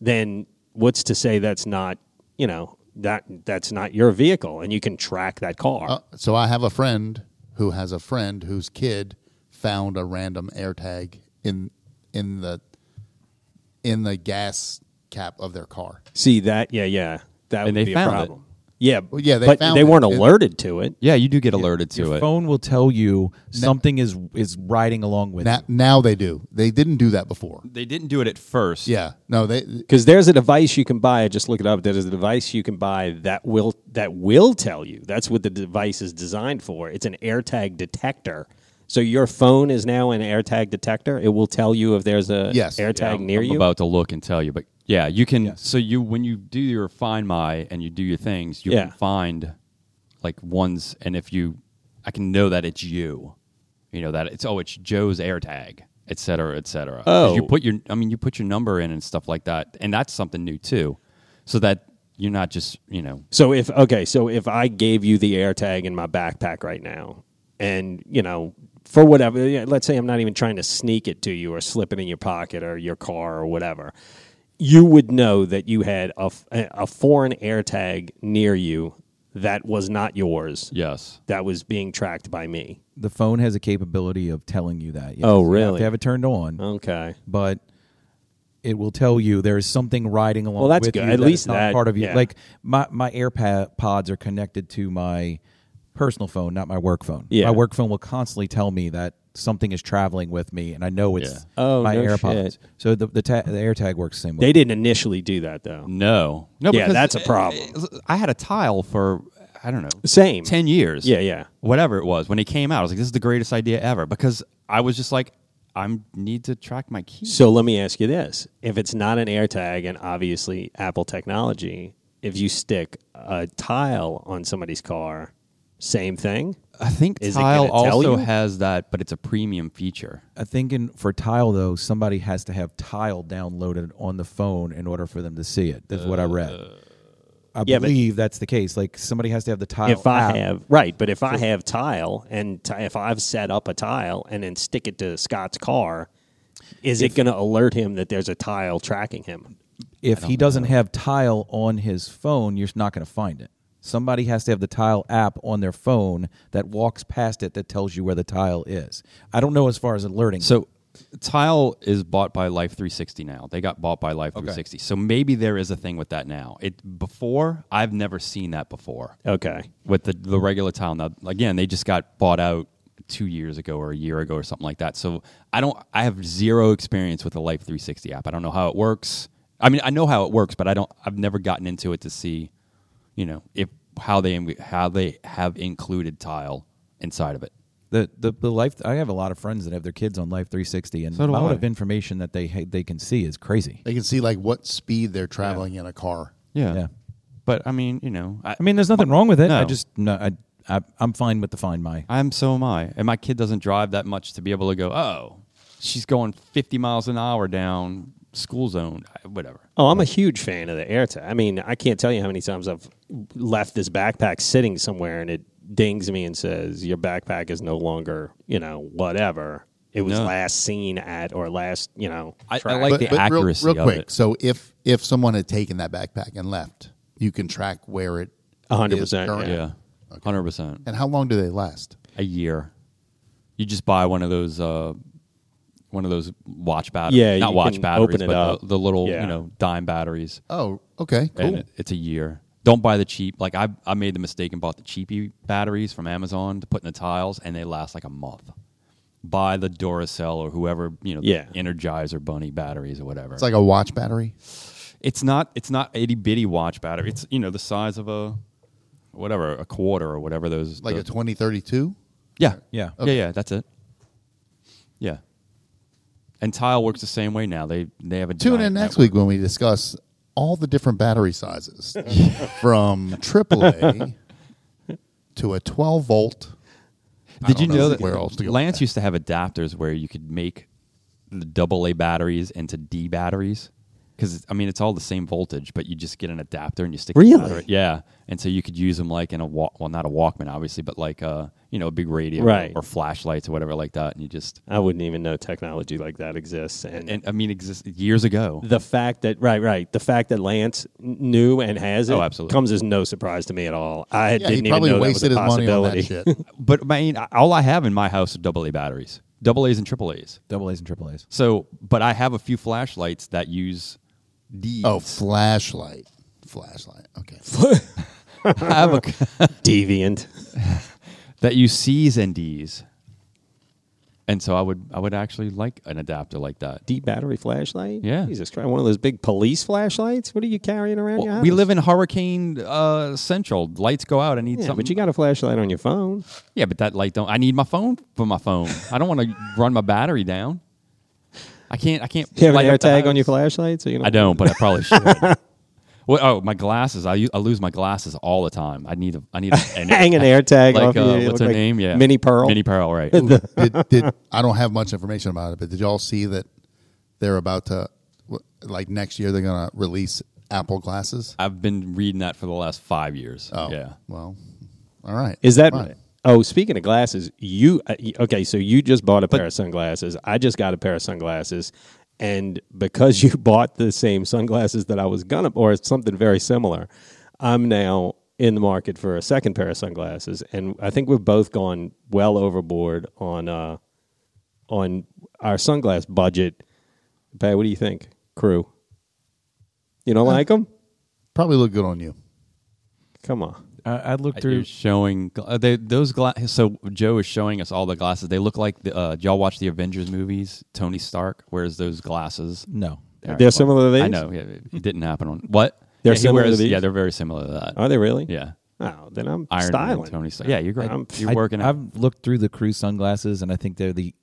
Speaker 5: then what's to say that's not you know that that's not your vehicle and you can track that car.
Speaker 4: Uh, so I have a friend who has a friend whose kid found a random AirTag in in the in the gas cap of their car.
Speaker 5: See that? Yeah, yeah. That would
Speaker 2: they
Speaker 5: be
Speaker 2: found
Speaker 5: a
Speaker 2: it.
Speaker 5: problem. Yeah,
Speaker 4: Well, yeah, they
Speaker 5: but
Speaker 4: found
Speaker 5: they
Speaker 4: it.
Speaker 5: weren't
Speaker 4: It-
Speaker 5: alerted to it.
Speaker 2: yeah. You do get alerted to
Speaker 3: Your
Speaker 2: it.
Speaker 3: phone will tell you something is is riding along with.
Speaker 4: Now,
Speaker 3: you.
Speaker 4: now they do. They didn't do that before.
Speaker 2: They didn't do it at first.
Speaker 4: Yeah. No, they
Speaker 5: Because there's a device you can buy. Just look it up. There's a device you can buy that will that will tell you. That's what the device is designed for. It's an AirTag detector. So your phone is now an AirTag detector. It will tell you if there's a
Speaker 4: Yes.
Speaker 5: AirTag
Speaker 2: I'm-
Speaker 5: near
Speaker 2: I'm
Speaker 5: you.
Speaker 2: about to look and tell you, but Yeah, you can. So you when you do your find my and you do your things, you
Speaker 5: Yeah.
Speaker 2: can find like ones, and if you, I can know that it's you. You know that it's oh it's Joe's AirTag, et cetera, et cetera. 'Cause you
Speaker 5: Oh.
Speaker 2: put your I mean you put your number in and stuff like that, and that's something new too, so that you're not just you know
Speaker 5: So if okay, so if I gave you the AirTag in my backpack right now, and you know, for whatever, yeah, let's say I'm not even trying to sneak it to you or slip it in your pocket or your car or whatever, you would know that you had a f- a foreign AirTag near you that was not yours.
Speaker 2: yes
Speaker 5: That was being tracked by me.
Speaker 3: The phone has a capability of telling you that. yes.
Speaker 5: Oh,
Speaker 3: You have
Speaker 5: really?
Speaker 3: to have it turned on,
Speaker 5: Okay.
Speaker 3: but it will tell you there is something riding along.
Speaker 5: Well, that's
Speaker 3: with
Speaker 5: good.
Speaker 3: you
Speaker 5: At
Speaker 3: that
Speaker 5: least
Speaker 3: is not
Speaker 5: that-
Speaker 3: part of you.
Speaker 5: yeah.
Speaker 3: Like my my AirPods are connected to my personal phone, not my work phone.
Speaker 5: Yeah.
Speaker 3: My work phone will constantly tell me that something is traveling with me, and I know it's
Speaker 2: Yeah.
Speaker 5: Oh,
Speaker 3: my
Speaker 5: no
Speaker 3: AirPods.
Speaker 5: shit.
Speaker 3: So the the, ta- the AirTag works the same way.
Speaker 5: They didn't initially do that though.
Speaker 2: no no
Speaker 5: Yeah,
Speaker 2: because
Speaker 5: that's a problem.
Speaker 2: I had a tile for I don't know
Speaker 5: Same.
Speaker 2: 10 years.
Speaker 5: Yeah, yeah.
Speaker 2: Whatever it was. When it came out, I was like, this is the greatest idea ever because I was just like, I need to track my keys.
Speaker 5: So let me ask you this: If it's not an AirTag, and obviously Apple technology, if you stick a tile on somebody's car, same thing.
Speaker 2: I think
Speaker 5: Is it
Speaker 2: Tile
Speaker 5: gonna tell
Speaker 2: also
Speaker 5: you?
Speaker 2: has that, but it's a premium feature.
Speaker 3: I think in, for Tile though, somebody has to have Tile downloaded on the phone in order for them to see it. That's what I read. I
Speaker 5: Uh, Yeah, but-
Speaker 3: believe that's the case. Like somebody has to have the Tile.
Speaker 5: if I
Speaker 3: app.
Speaker 5: have right, but if I have tile, and ti- if I've set up a tile and then stick it to Scott's car, is it going to alert him that there's a tile tracking him?
Speaker 3: if he doesn't have Tile on his phone, you're not going to find it. Somebody has to have the Tile app on their phone that walks past it that tells you where the tile is. I don't know as far as alerting.
Speaker 2: So Tile is bought by Life 360 now. They got bought by Life 360. So maybe there is a thing with that now. It Before, I've never seen that before
Speaker 5: Okay,
Speaker 2: with the, the regular Tile. Now, again, they just got bought out two years ago or a year ago or something like that. So I don't, I have zero experience with the Life 360 app. I don't know how it works. I mean, I know how it works, but I don't, I've never gotten into it to see, you know, if how they, how they have included Tile inside of it.
Speaker 3: the, the the life I have a lot of friends that have their kids on Life 360, and the
Speaker 2: do
Speaker 3: amount
Speaker 2: I.
Speaker 3: of information that they ha- they can see is crazy.
Speaker 4: They can see like what speed they're traveling in a car.
Speaker 2: Yeah.
Speaker 3: Yeah.
Speaker 2: But I mean, you know, I,
Speaker 3: I mean, there's nothing wrong with it. I
Speaker 2: No.
Speaker 3: just no, I, I I'm fine with the Find My.
Speaker 2: I'm so am I. And my kid doesn't drive that much to be able to go, oh, she's going 50 miles an hour down school zone, I- whatever.
Speaker 5: Oh, I'm a huge fan of the AirTag. I mean, I can't tell you how many times I've left this backpack sitting somewhere and it dings me and says, "Your backpack is no longer, you know, whatever it was
Speaker 2: No.
Speaker 5: last seen at or last, you know."
Speaker 2: I, I
Speaker 5: tracked."
Speaker 2: like the
Speaker 4: real-
Speaker 2: accuracy
Speaker 4: real,
Speaker 2: of
Speaker 4: quick.
Speaker 2: it.
Speaker 4: So if if someone had taken that backpack and left, you can track where it
Speaker 5: A hundred
Speaker 4: is
Speaker 5: percent,
Speaker 4: current.
Speaker 2: Yeah. 100%.
Speaker 4: And how long do they last?
Speaker 2: A year. You just buy one of those. Uh, one of those watch batteries,
Speaker 5: Yeah,
Speaker 2: not
Speaker 5: you
Speaker 2: watch
Speaker 5: can
Speaker 2: batteries,
Speaker 5: open it
Speaker 2: but
Speaker 5: up.
Speaker 2: The, the little
Speaker 5: Yeah.
Speaker 2: you know dime batteries,
Speaker 4: Oh, okay,
Speaker 2: and
Speaker 4: cool.
Speaker 2: it, it's a year. Don't buy the cheap. Like I, I made the mistake and bought the cheapy batteries from Amazon to put in the tiles, and they last like a month. Buy the Duracell or whoever you know, the
Speaker 5: Yeah.
Speaker 2: Energizer Bunny batteries or whatever.
Speaker 4: It's like a watch battery.
Speaker 2: It's not it's not itty bitty watch battery. It's you know the size of a whatever a quarter or whatever those
Speaker 4: Like a
Speaker 2: those-
Speaker 4: 2032?
Speaker 2: yeah
Speaker 3: Yeah.
Speaker 2: yeah yeah that's it yeah. And Tile works the same way now. They they have a
Speaker 4: Tune
Speaker 2: giant
Speaker 4: in next
Speaker 2: network.
Speaker 4: week when we discuss all the different
Speaker 2: (laughs)
Speaker 4: battery sizes from AAA to a 12 volt. I
Speaker 2: Did
Speaker 4: don't
Speaker 2: you know, that
Speaker 4: where else to go with
Speaker 2: Lance
Speaker 4: that.
Speaker 2: used to have adapters where you could make the double A batteries into D batteries? Because I mean, it's all the same voltage, but you just get an adapter and you stick. the
Speaker 5: Really?
Speaker 2: battery- yeah, and so you could use them like in a walk. Well, not a Walkman, obviously, but like uh, you know, a big radio
Speaker 5: Right.
Speaker 2: or flashlights or whatever like that. And you just
Speaker 5: I wouldn't even know technology like that exists, and,
Speaker 2: and I mean, exist years ago.
Speaker 5: the fact that right, right, the fact that Lance knew and has it
Speaker 2: Oh, absolutely.
Speaker 5: comes as no surprise to me at all. I
Speaker 4: Yeah,
Speaker 5: didn't
Speaker 4: he
Speaker 5: even
Speaker 4: probably
Speaker 5: know
Speaker 4: wasted
Speaker 5: that was
Speaker 4: his
Speaker 5: a
Speaker 4: money on
Speaker 5: possibility.
Speaker 4: that shit.
Speaker 2: But I mean, all I have in my house are double A batteries, double A's and triple A's.
Speaker 3: Double A's and triple A's.
Speaker 2: So, but I have a few flashlights that use D's.
Speaker 4: Oh, flashlight. Flashlight. Okay.
Speaker 2: I have a.
Speaker 5: Deviant.
Speaker 2: (laughs) that you C's and D's. And so I would I would actually like an adapter like that.
Speaker 5: D battery flashlight?
Speaker 2: Yeah.
Speaker 5: Jesus Christ. One of those big police flashlights? What are you carrying around your
Speaker 2: Well,
Speaker 5: house?
Speaker 2: we live in Hurricane uh, Central. Lights go out. I need
Speaker 5: yeah,
Speaker 2: something.
Speaker 5: But you got a flashlight on your phone.
Speaker 2: (laughs) yeah, but that light don't. I need my phone for my phone. I don't want to run my battery down. I can't. I can't.
Speaker 5: Do you have
Speaker 2: light
Speaker 5: an air
Speaker 2: up the
Speaker 5: tag on
Speaker 2: house.
Speaker 5: your flashlight? So you know.
Speaker 2: I don't, but I probably
Speaker 5: (laughs)
Speaker 2: should. well, oh, my glasses. I, u- I lose my glasses all the time. I need a. I need a, an
Speaker 5: (laughs) Hang an air tag
Speaker 2: Like
Speaker 5: off
Speaker 2: uh,
Speaker 5: you. You
Speaker 2: what's
Speaker 5: look
Speaker 2: her
Speaker 5: like
Speaker 2: name? Yeah,
Speaker 5: Minnie Pearl.
Speaker 2: Mini Pearl.
Speaker 5: (laughs)
Speaker 2: Right. (laughs)
Speaker 4: did, did, I don't have much information about it, but did y'all see that they're about to, w- like next year, they're going to release Apple glasses?
Speaker 2: I've been reading that for the last five years.
Speaker 4: Oh,
Speaker 2: Yeah.
Speaker 4: Well, all right.
Speaker 5: Is that?
Speaker 4: Fine.
Speaker 5: Oh, speaking of glasses, you uh, y- okay? So you just bought a pair of sunglasses. I just got a pair of sunglasses, and because you (laughs) bought the same sunglasses that I was gonna, or something very similar, I'm now in the market for a second pair of sunglasses, and I think we've both gone well overboard on uh, on our sunglass budget. Pat, what do you think, crew? You
Speaker 2: Uh,
Speaker 5: don't like 'em? like them?
Speaker 4: Probably look good on you.
Speaker 5: Come on.
Speaker 3: I, I looked
Speaker 2: They're
Speaker 3: through.
Speaker 2: showing gla- uh, they, those glasses. So Joe is showing us all the glasses. They look like the. Uh, did y'all watch the Avengers movies? Tony Stark wears those glasses.
Speaker 3: No,
Speaker 2: All right,
Speaker 5: They're similar to
Speaker 2: I
Speaker 5: these?
Speaker 2: know. Yeah, it it didn't happen on what.
Speaker 5: They're
Speaker 2: yeah, he
Speaker 5: similar to
Speaker 2: wears-
Speaker 5: these?
Speaker 2: Yeah, they're very similar to that.
Speaker 5: Are they really?
Speaker 2: yeah.
Speaker 5: Oh, then I'm
Speaker 2: Iron
Speaker 5: styling.
Speaker 2: Man, Tony Stark. Yeah, you're great.
Speaker 5: I'm-
Speaker 2: you're
Speaker 3: I-
Speaker 2: working out.
Speaker 3: I've looked through the crew sunglasses, and I think they're the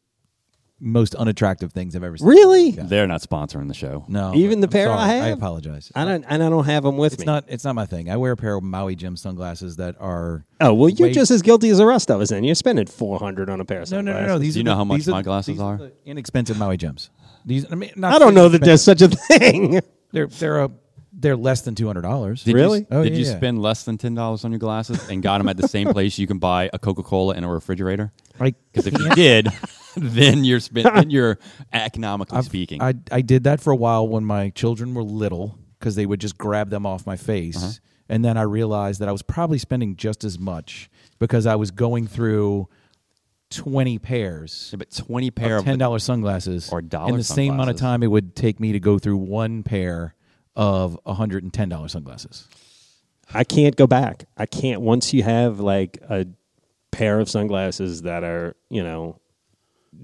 Speaker 3: most unattractive things I've ever seen.
Speaker 5: Really?
Speaker 2: They're not sponsoring the show.
Speaker 3: No,
Speaker 5: Even the
Speaker 3: I'm
Speaker 5: pair
Speaker 3: sorry.
Speaker 5: I have.
Speaker 3: I apologize.
Speaker 5: I don't, and I don't have them with me.
Speaker 3: It's not. It's not my thing. I wear a pair of Maui Jim sunglasses that are.
Speaker 5: oh well, you're
Speaker 3: Wait.
Speaker 5: just as guilty as the rest of us. Then you're spending four hundred on a pair of
Speaker 3: No, no,
Speaker 5: sunglasses.
Speaker 3: no, no. These
Speaker 2: Do you
Speaker 3: are
Speaker 2: know
Speaker 3: the-
Speaker 2: how much
Speaker 3: these are
Speaker 2: my
Speaker 3: the-
Speaker 2: glasses
Speaker 3: these
Speaker 2: are?
Speaker 3: the inexpensive Maui Jims. These. I mean, not
Speaker 5: I don't know that
Speaker 3: they're
Speaker 5: there's such a thing. (laughs)
Speaker 3: They're they're a, they're less than two hundred dollars.
Speaker 2: Did
Speaker 5: Really?
Speaker 2: You,
Speaker 3: Oh,
Speaker 2: did
Speaker 3: yeah,
Speaker 2: you
Speaker 3: yeah.
Speaker 2: spend less than ten dollars on your glasses and got them at the same place you can buy a Coca Cola and a refrigerator?
Speaker 3: I,
Speaker 2: Because if you did, then you're
Speaker 3: (laughs)
Speaker 2: spend, then you're economically speaking.
Speaker 3: I I did that for a while when my children were little because they would just grab them off my face, and then I realized that I was probably spending just as much because I was going through twenty pairs
Speaker 2: Yeah, but twenty pair
Speaker 3: of
Speaker 2: of
Speaker 3: ten dollars sunglasses
Speaker 2: or dollar
Speaker 3: in the same amount of
Speaker 2: sunglasses.
Speaker 3: time it would take me to go through one pair of hundred and ten dollars sunglasses.
Speaker 5: I can't go back. I can't. Once you have like a pair of sunglasses that are, you know,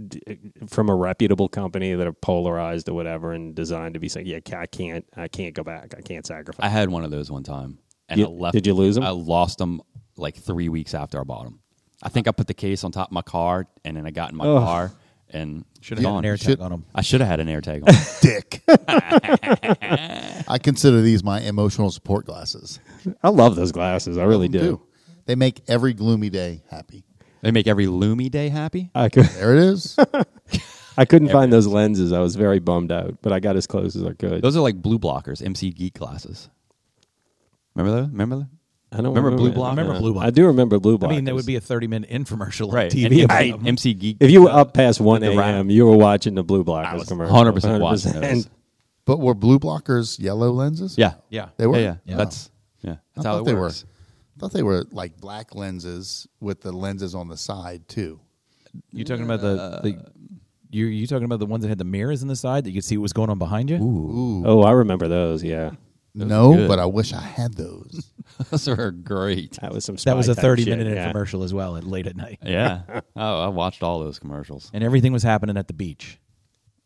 Speaker 5: d- uh, from a reputable company that are polarized or whatever and designed to be saying, yeah, ca- I can't, I can't go back. I can't
Speaker 2: I
Speaker 5: sacrifice.
Speaker 2: had one of those one time, and
Speaker 5: You-
Speaker 2: I left.
Speaker 5: did you lose 'em?
Speaker 2: I lost them like three weeks after I bought them. I think I put the case on top of my car, and then I got in my car and should
Speaker 3: Got an air tag on them.
Speaker 2: I should have had an air tag
Speaker 3: (laughs)
Speaker 2: on.
Speaker 4: Dick. (laughs) I consider these my emotional support glasses.
Speaker 5: I love those glasses. I really do.
Speaker 4: Ooh. They make every gloomy day happy.
Speaker 2: they make every Loomy day happy.
Speaker 5: I could.
Speaker 4: There it
Speaker 2: (laughs)
Speaker 4: is.
Speaker 5: I couldn't find those lenses. I was very bummed out, but I got as close as I could.
Speaker 2: Those are like blue blockers, MC Geek glasses. Remember those? Remember those?
Speaker 5: I don't
Speaker 2: remember Blue
Speaker 5: that.
Speaker 2: Block?
Speaker 5: I
Speaker 3: Remember Blue Block.
Speaker 5: I do remember blue block.
Speaker 3: I mean, that would be a thirty-minute infomercial
Speaker 2: Right.
Speaker 3: on
Speaker 2: And
Speaker 3: TV. about
Speaker 2: MC,
Speaker 3: them.
Speaker 2: MC Geek.
Speaker 5: if you were up past one
Speaker 2: the
Speaker 5: a.m.
Speaker 2: round.
Speaker 5: You were watching the blue block.
Speaker 2: I was
Speaker 5: commercial. (laughs)
Speaker 2: 100% watching those.
Speaker 4: but were blue blockers yellow lenses?
Speaker 2: Yeah.
Speaker 3: Yeah.
Speaker 4: They were?
Speaker 2: Yeah. yeah.
Speaker 4: Yeah.
Speaker 2: That's yeah. That's
Speaker 4: I
Speaker 2: how
Speaker 4: thought
Speaker 2: it
Speaker 4: they were.
Speaker 2: works.
Speaker 4: I thought they were like black lenses with the lenses on the side too.
Speaker 3: You talking about the, the you you talking about the ones that had the mirrors in the side that you could see what was going on behind you?
Speaker 5: Oh, I remember those. Yeah,
Speaker 4: no,
Speaker 2: good.
Speaker 4: but I wish I had
Speaker 5: (laughs)
Speaker 4: those.
Speaker 2: (laughs) Those are great.
Speaker 5: that was some.
Speaker 3: That was a
Speaker 5: spy type shit,
Speaker 3: thirty-minute
Speaker 5: yeah.
Speaker 3: infomercial as well at late at night,
Speaker 2: Yeah. (laughs) oh, I watched all those commercials.
Speaker 3: and everything was happening at the beach.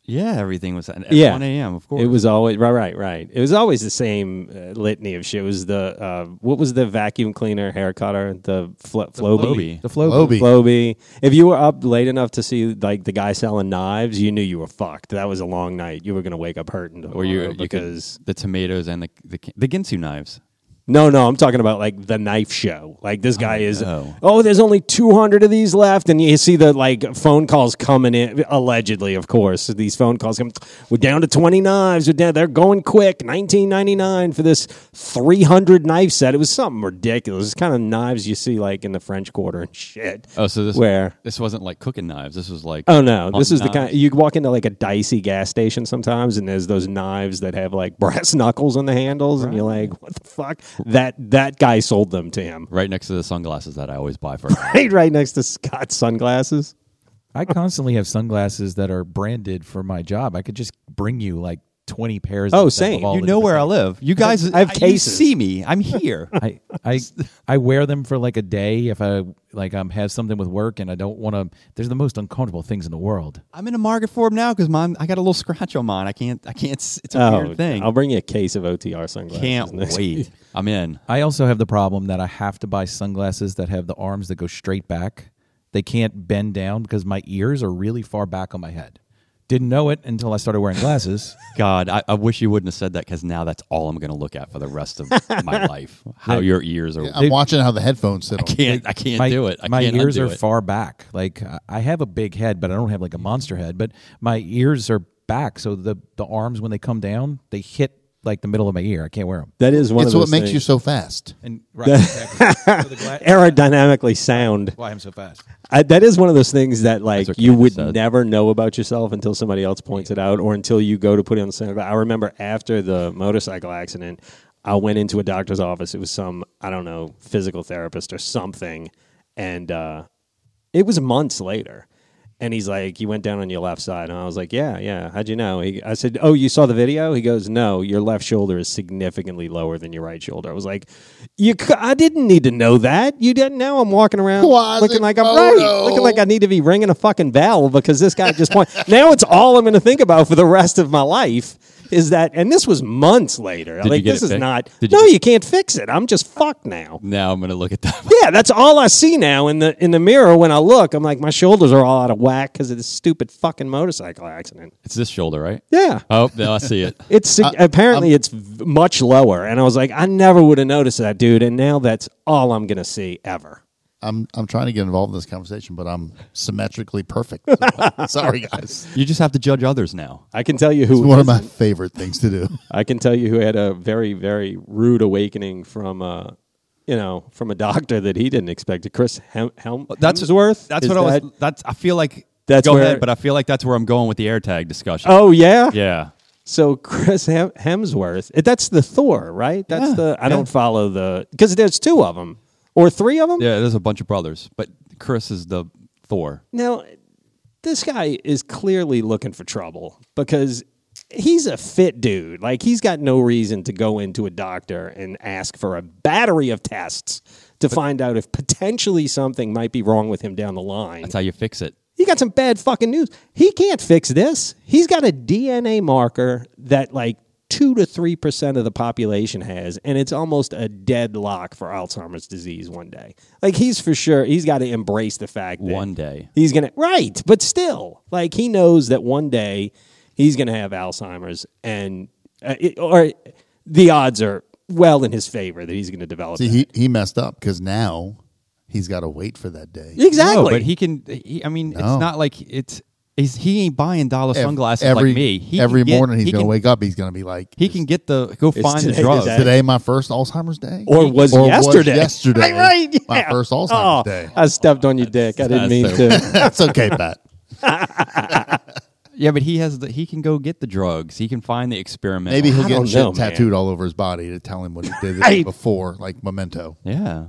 Speaker 2: Yeah, everything was at
Speaker 5: Yeah,
Speaker 2: 1 a.m. Of course.
Speaker 5: It was always right, right, right. It was always the same uh, litany of shit. It was the uh, what was the vacuum cleaner, hair cutter, the flo- Flobee,
Speaker 2: Flobee.
Speaker 3: The flow.
Speaker 4: Flobee.
Speaker 5: Flobee. If you were up late enough to see like the guy selling knives, you knew you were fucked. That was a long night. You were gonna wake up hurting tomorrow
Speaker 2: Or you, you could-
Speaker 5: because
Speaker 2: the tomatoes and the the, the Ginsu knives.
Speaker 5: No, no, I'm talking about like the knife show. Like this guy is.
Speaker 2: no.
Speaker 5: Oh, there's only 200 of these left, and you see the like phone calls coming in. Allegedly, of course, these phone calls come. We're down to 20 knives. We're down. They're going quick. 19.99 for this 300 knife set. It was something ridiculous. It's kind of knives you see like in the French Quarter and shit.
Speaker 2: Oh, so this
Speaker 5: where.
Speaker 2: this wasn't like cooking knives. This was like
Speaker 5: Oh no! This
Speaker 2: hunting
Speaker 5: is the kind
Speaker 2: knives.
Speaker 5: you walk into like a dicey gas station sometimes, and there's those knives that have like (laughs) brass knuckles on the handles, and you're like, "What the fuck?" That that guy sold them to him. (laughs)
Speaker 2: right next to the sunglasses that I always buy for.
Speaker 5: right, right next to Scott's sunglasses.
Speaker 3: I constantly have sunglasses that are branded for my job. I could just bring you like twenty pairs.
Speaker 5: Oh,
Speaker 3: of them of
Speaker 5: same.
Speaker 3: all
Speaker 5: You
Speaker 3: the
Speaker 2: I live. You guys,
Speaker 5: I have
Speaker 2: you
Speaker 5: cases.
Speaker 2: see me. I'm here.
Speaker 3: I
Speaker 2: (laughs)
Speaker 3: I I wear them for like a day if I like um have something with work and I don't want to. They're the most uncomfortable things in the world.
Speaker 2: I'm in a market for them now because mine. I got a little scratch on mine. I can't. I can't. s- It's a weird thing.
Speaker 5: Oh, I'll bring you a case of OTR sunglasses.
Speaker 2: can't
Speaker 5: next-
Speaker 2: wait. I'm in.
Speaker 3: I also have the problem that I have to buy sunglasses that have the arms that go straight back. They can't bend down because my ears are really far back on my head. Didn't know it until I started wearing glasses.
Speaker 2: God, I, I wish you wouldn't have said that because now that's all I'm going to look at for the rest of my life. How your ears are.
Speaker 4: I'm watching how the headphones sit.
Speaker 2: I
Speaker 4: on.
Speaker 2: can't. I (laughs) can't do it. I
Speaker 3: my
Speaker 2: can't
Speaker 3: ears
Speaker 2: undo
Speaker 3: are
Speaker 2: it.
Speaker 3: far back. Like I- I have a big head, but I don't have like a monster head. But my ears are back, so the the arms when they come down, they hit like the middle of my ear. I can't wear them.
Speaker 5: That is one
Speaker 4: It's
Speaker 5: of
Speaker 4: what
Speaker 5: those
Speaker 4: makes you
Speaker 5: things.
Speaker 4: so fast.
Speaker 3: And right,
Speaker 4: (laughs)
Speaker 3: exactly. So the gla-
Speaker 5: aerodynamically sound.
Speaker 3: why I'm so fast.
Speaker 5: I, that is one of those things that like
Speaker 2: what
Speaker 5: you
Speaker 2: Candace
Speaker 5: would
Speaker 2: said.
Speaker 5: never know about yourself until somebody else points it out or until you go to put it on the center. I remember after the motorcycle accident, I went into a doctor's office. It was some I don't know physical therapist or something, and uh, it was months later. And he's like, "You went down on your left side," and I was like, "Yeah, yeah." How'd you know? He, I said, "Oh, you saw the video." He goes, "No, your left shoulder is significantly lower than your right shoulder." I was like, "You, c- I didn't need to know that. You didn't know I'm walking around
Speaker 4: Quasimodo.
Speaker 5: looking like I'm right, looking like I need to be ringing a fucking bell because this guy just point. (laughs) now it's all I'm going to think about for the rest of my life is that. And this was months later.
Speaker 2: you
Speaker 5: like
Speaker 2: get
Speaker 5: this
Speaker 2: it
Speaker 5: is
Speaker 2: fixed?
Speaker 5: not.
Speaker 2: Did you
Speaker 5: no,
Speaker 2: get-
Speaker 5: you can't fix it. I'm just fucked now.
Speaker 2: Now I'm going to look at that. (laughs)
Speaker 5: Yeah, that's all I see now in the in the mirror when I look. I'm like, my shoulders are all out of whack because of this stupid fucking motorcycle accident.
Speaker 2: It's this shoulder, right?
Speaker 5: Yeah.
Speaker 2: Oh, no, I see it.
Speaker 5: It's sig-
Speaker 2: um,
Speaker 5: apparently it's v- much lower, and I was like, I never would have noticed that, dude. And now that's all I'm gonna see ever.
Speaker 4: I'm I'm trying to get involved in this conversation, but I'm symmetrically perfect.
Speaker 5: (laughs)
Speaker 4: So, sorry, guys.
Speaker 2: You just have to judge others now.
Speaker 5: I can tell you who
Speaker 4: One of my favorite things to do.
Speaker 5: I can tell you who had a very, very rude awakening from, uh, you know, from a doctor that he didn't expect. it. Chris Hem- Helm- Hemsworth.
Speaker 2: That's
Speaker 5: Is
Speaker 2: what I
Speaker 5: that-
Speaker 2: was. That's. I feel like.
Speaker 5: That's
Speaker 2: go
Speaker 5: where-
Speaker 2: ahead, but I feel like that's where I'm going with the AirTag discussion.
Speaker 5: Oh yeah.
Speaker 2: yeah.
Speaker 5: So Chris Hem- Hemsworth. eh, That's the Thor, right? That's
Speaker 2: Yeah,
Speaker 5: the. I
Speaker 2: yeah.
Speaker 5: don't follow the because there's two of them or three of them.
Speaker 2: Yeah, there's a bunch of brothers, but Chris is the Thor.
Speaker 5: Now, this guy is clearly looking for trouble because he's a fit dude. Like, he's got no reason to go into a doctor and ask for a battery of tests to find out if potentially something might be wrong with him down the line.
Speaker 2: That's how you fix it.
Speaker 5: He got some bad fucking news. He can't fix this. He's got a DNA marker that, like, 2 to 3% of the population has, and it's almost a deadlock for Alzheimer's disease one day. Like, he's for sure, he's got to embrace the fact that
Speaker 2: One day.
Speaker 5: He's gonna right, but still, like he knows that one day he's gonna have Alzheimer's, and uh, it, or the odds are well in his favor that he's gonna develop.
Speaker 4: See,
Speaker 5: that.
Speaker 4: he he messed up because now he's got to wait for that day.
Speaker 5: exactly,
Speaker 2: No, but he can. He, I mean,
Speaker 4: No.
Speaker 2: it's not like it's. He's, he ain't buying dollar
Speaker 4: Ev-
Speaker 2: sunglasses
Speaker 4: every,
Speaker 2: like me. He
Speaker 4: every
Speaker 2: can get-
Speaker 4: morning he's
Speaker 2: he
Speaker 4: going to
Speaker 2: can-
Speaker 4: wake up. He's going to be like,
Speaker 2: He can get the go find the
Speaker 5: today,
Speaker 2: drugs.
Speaker 5: today.
Speaker 4: "Is today my first Alzheimer's day,
Speaker 5: or was yesterday?
Speaker 4: yesterday,
Speaker 5: (laughs) right? Yeah.
Speaker 4: my first Alzheimer's
Speaker 5: Oh,
Speaker 4: day." (laughs)
Speaker 5: I stepped on your dick. I didn't
Speaker 2: that's
Speaker 5: mean to.
Speaker 4: That's okay, Pat.
Speaker 2: Yeah, but he has the. He can go get the drugs. He can find the experiment.
Speaker 4: Maybe he'll
Speaker 5: I
Speaker 4: get
Speaker 5: don't
Speaker 4: shit
Speaker 5: know, man.
Speaker 4: tattooed all over his body to tell him what he did
Speaker 5: (laughs)
Speaker 4: the day
Speaker 5: Right.
Speaker 4: before, like memento.
Speaker 2: Yeah.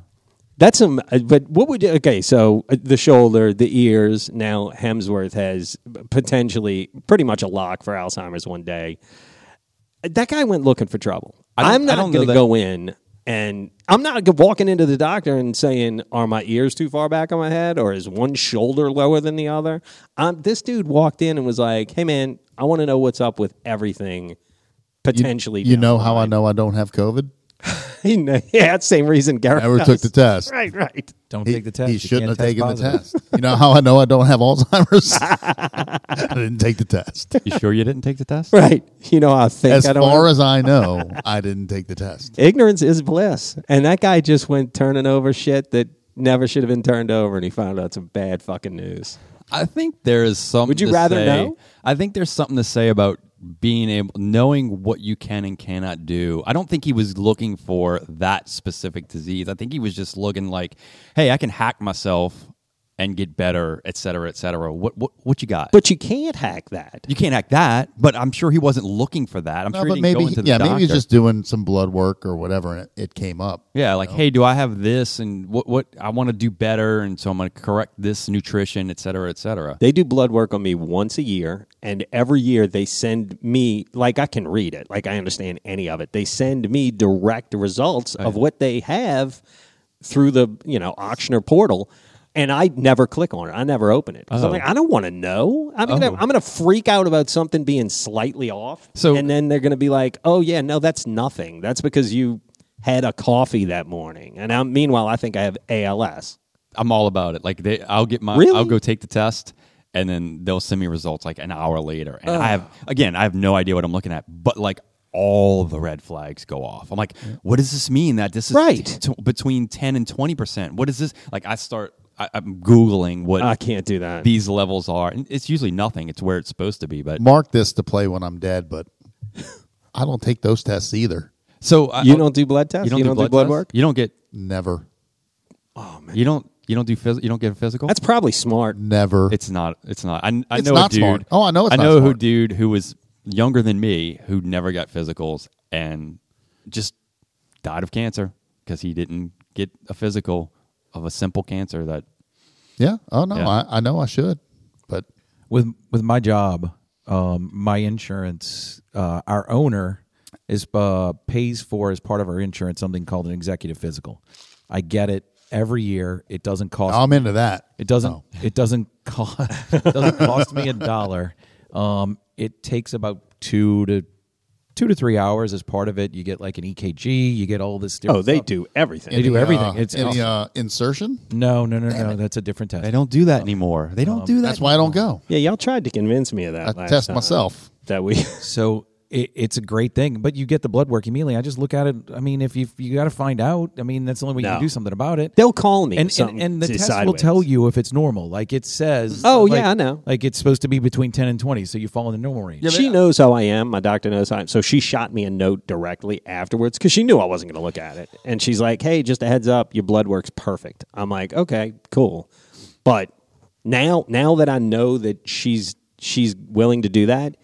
Speaker 5: That's some. uh, But what would you? Okay, so uh, the shoulder, the ears. Now Hemsworth has potentially pretty much a lock for Alzheimer's one day. Uh, that guy went looking for trouble.
Speaker 2: I don't-
Speaker 5: I'm
Speaker 2: I
Speaker 5: not
Speaker 2: don't know
Speaker 5: going to
Speaker 2: that-
Speaker 5: go in and I'm not go- walking into the doctor and saying, "Are my ears too far back on my head, or is one shoulder lower than the other?" Um, this dude walked in and was like, "Hey, man, I want to know what's up with everything." Potentially,
Speaker 4: You
Speaker 5: down
Speaker 4: know
Speaker 5: the
Speaker 4: how I
Speaker 5: line."
Speaker 4: know I don't have COVID?
Speaker 5: (laughs) He kn- (laughs) yeah, same reason. Garrett
Speaker 4: Never took the
Speaker 5: does.
Speaker 4: test.
Speaker 5: (laughs) Right, right.
Speaker 3: Don't
Speaker 4: He,
Speaker 3: take the test.
Speaker 4: he
Speaker 3: You
Speaker 4: shouldn't have
Speaker 3: can't
Speaker 4: taken
Speaker 3: positive.
Speaker 4: the test. You know how I know I don't have
Speaker 5: (laughs)
Speaker 4: Alzheimer's? I didn't take the test.
Speaker 2: You sure you didn't take the test?
Speaker 5: (laughs) Right. You know, I think
Speaker 4: As
Speaker 5: I don't
Speaker 4: far as
Speaker 3: (laughs)
Speaker 4: I know, I didn't take the test.
Speaker 5: ignorance is bliss. And that guy just went turning over shit that never should have been turned over and he found out some bad fucking news.
Speaker 2: I think there is something.
Speaker 5: Would you
Speaker 2: to
Speaker 5: rather
Speaker 2: say-
Speaker 5: know?
Speaker 2: I think there's something to say about being able, knowing what you can and cannot do. I don't think he was looking for that specific disease. I think he was just looking like, hey, I can hack myself and get better, et cetera, et cetera. What what what you got?
Speaker 5: But you can't hack that.
Speaker 2: you can't hack that. But I'm sure he wasn't looking for that. I'm
Speaker 4: No,
Speaker 2: sure he
Speaker 4: but
Speaker 2: didn't
Speaker 4: maybe,
Speaker 2: go into the
Speaker 4: yeah, maybe he's
Speaker 2: doctor.
Speaker 4: just doing some blood work or whatever, and it, it came up.
Speaker 2: Yeah, like, hey, do I have this, and what what I want to do better, and so I'm going to correct this nutrition, et cetera, et cetera.
Speaker 5: They do blood work on me once a year, and every year they send me, like, I can read it, like, I understand any of it. They send me direct results of what they have through the, you know, auctioneer portal. And I never click on it. I never open it.
Speaker 2: Oh.
Speaker 5: 'Cause I'm like, I don't want to know. I'm gonna, I'm gonna freak out about something being slightly off.
Speaker 2: So-
Speaker 5: and then they're gonna be like, Oh yeah, no, that's nothing. That's because you had a coffee that morning. And i meanwhile, I think I have ALS.
Speaker 2: I'm all about it. Like they, I'll get my,
Speaker 5: Really?
Speaker 2: I'll go take the test, and then they'll send me results like an hour later. And I have again, I have no idea what I'm looking at, but like all the red flags go off. I'm like, what does this mean that this is
Speaker 5: Right.
Speaker 2: t- t- between 10 and 20%? What is this? Like I start I, I'm googling what
Speaker 5: I can't do that.
Speaker 2: these levels are. And it's usually nothing. It's where it's supposed to be, but
Speaker 4: Mark this to play when I'm dead, but I don't take those tests either.
Speaker 2: so I- oh,
Speaker 5: you don't do blood tests.
Speaker 2: you don't, do, blood tests?
Speaker 5: work.
Speaker 2: You don't get
Speaker 4: Never,
Speaker 2: you don't you don't do phys- you don't get a physical.
Speaker 5: That's probably smart.
Speaker 4: never.
Speaker 2: It's not. It's not. I, I
Speaker 4: It's
Speaker 2: know
Speaker 4: not
Speaker 2: a dude.
Speaker 4: smart. Oh, I know it's
Speaker 2: I
Speaker 4: not
Speaker 2: know who
Speaker 4: smart.
Speaker 2: dude who was younger than me who never got physicals and just died of cancer because he didn't get a physical of a simple cancer that
Speaker 4: yeah. Oh no,
Speaker 2: Yeah.
Speaker 4: I, I know I should, but
Speaker 3: with with my job, um, my insurance, uh, our owner is uh, pays for as part of our insurance something called an executive physical. I get it every year. It doesn't cost.
Speaker 4: I'm into that.
Speaker 3: it doesn't. It doesn't (laughs) cost. doesn't cost me a dollar. Um, it takes about two to two to three hours as part of it. You get like an EKG. You get all this. Different
Speaker 5: Oh, they
Speaker 3: stuff.
Speaker 5: do everything.
Speaker 3: They do
Speaker 4: Any, uh,
Speaker 3: everything. It's
Speaker 4: any
Speaker 3: awesome.
Speaker 4: uh, insertion.
Speaker 3: no, no, no, no. That's a different test.
Speaker 2: they don't do that anymore. They don't do that.
Speaker 4: That's why I don't go.
Speaker 5: yeah, y'all tried to convince me of that.
Speaker 4: I
Speaker 5: last
Speaker 4: test
Speaker 5: time,
Speaker 4: myself.
Speaker 5: that we. (laughs)
Speaker 3: So it, it's a great thing, but you get the blood work immediately. I just look at it. I mean, if you you got to find out, I mean, that's the only way you
Speaker 5: No.
Speaker 3: can do something about it.
Speaker 5: They'll call me.
Speaker 3: and,
Speaker 5: if
Speaker 3: and,
Speaker 5: something
Speaker 3: and the
Speaker 5: is
Speaker 3: test will
Speaker 5: sideways.
Speaker 3: tell you if it's normal. Like it says.
Speaker 5: Oh,
Speaker 3: like-
Speaker 5: yeah, I know.
Speaker 3: Like it's supposed to be between ten and twenty, so you fall in the normal range.
Speaker 5: she knows how I am. My doctor knows how I am. So she shot me a note directly afterwards because she knew I wasn't going to look at it. And she's like, hey, just a heads up, your blood work's perfect. I'm like, okay, cool. But now, now that I know that she's she's willing to do that,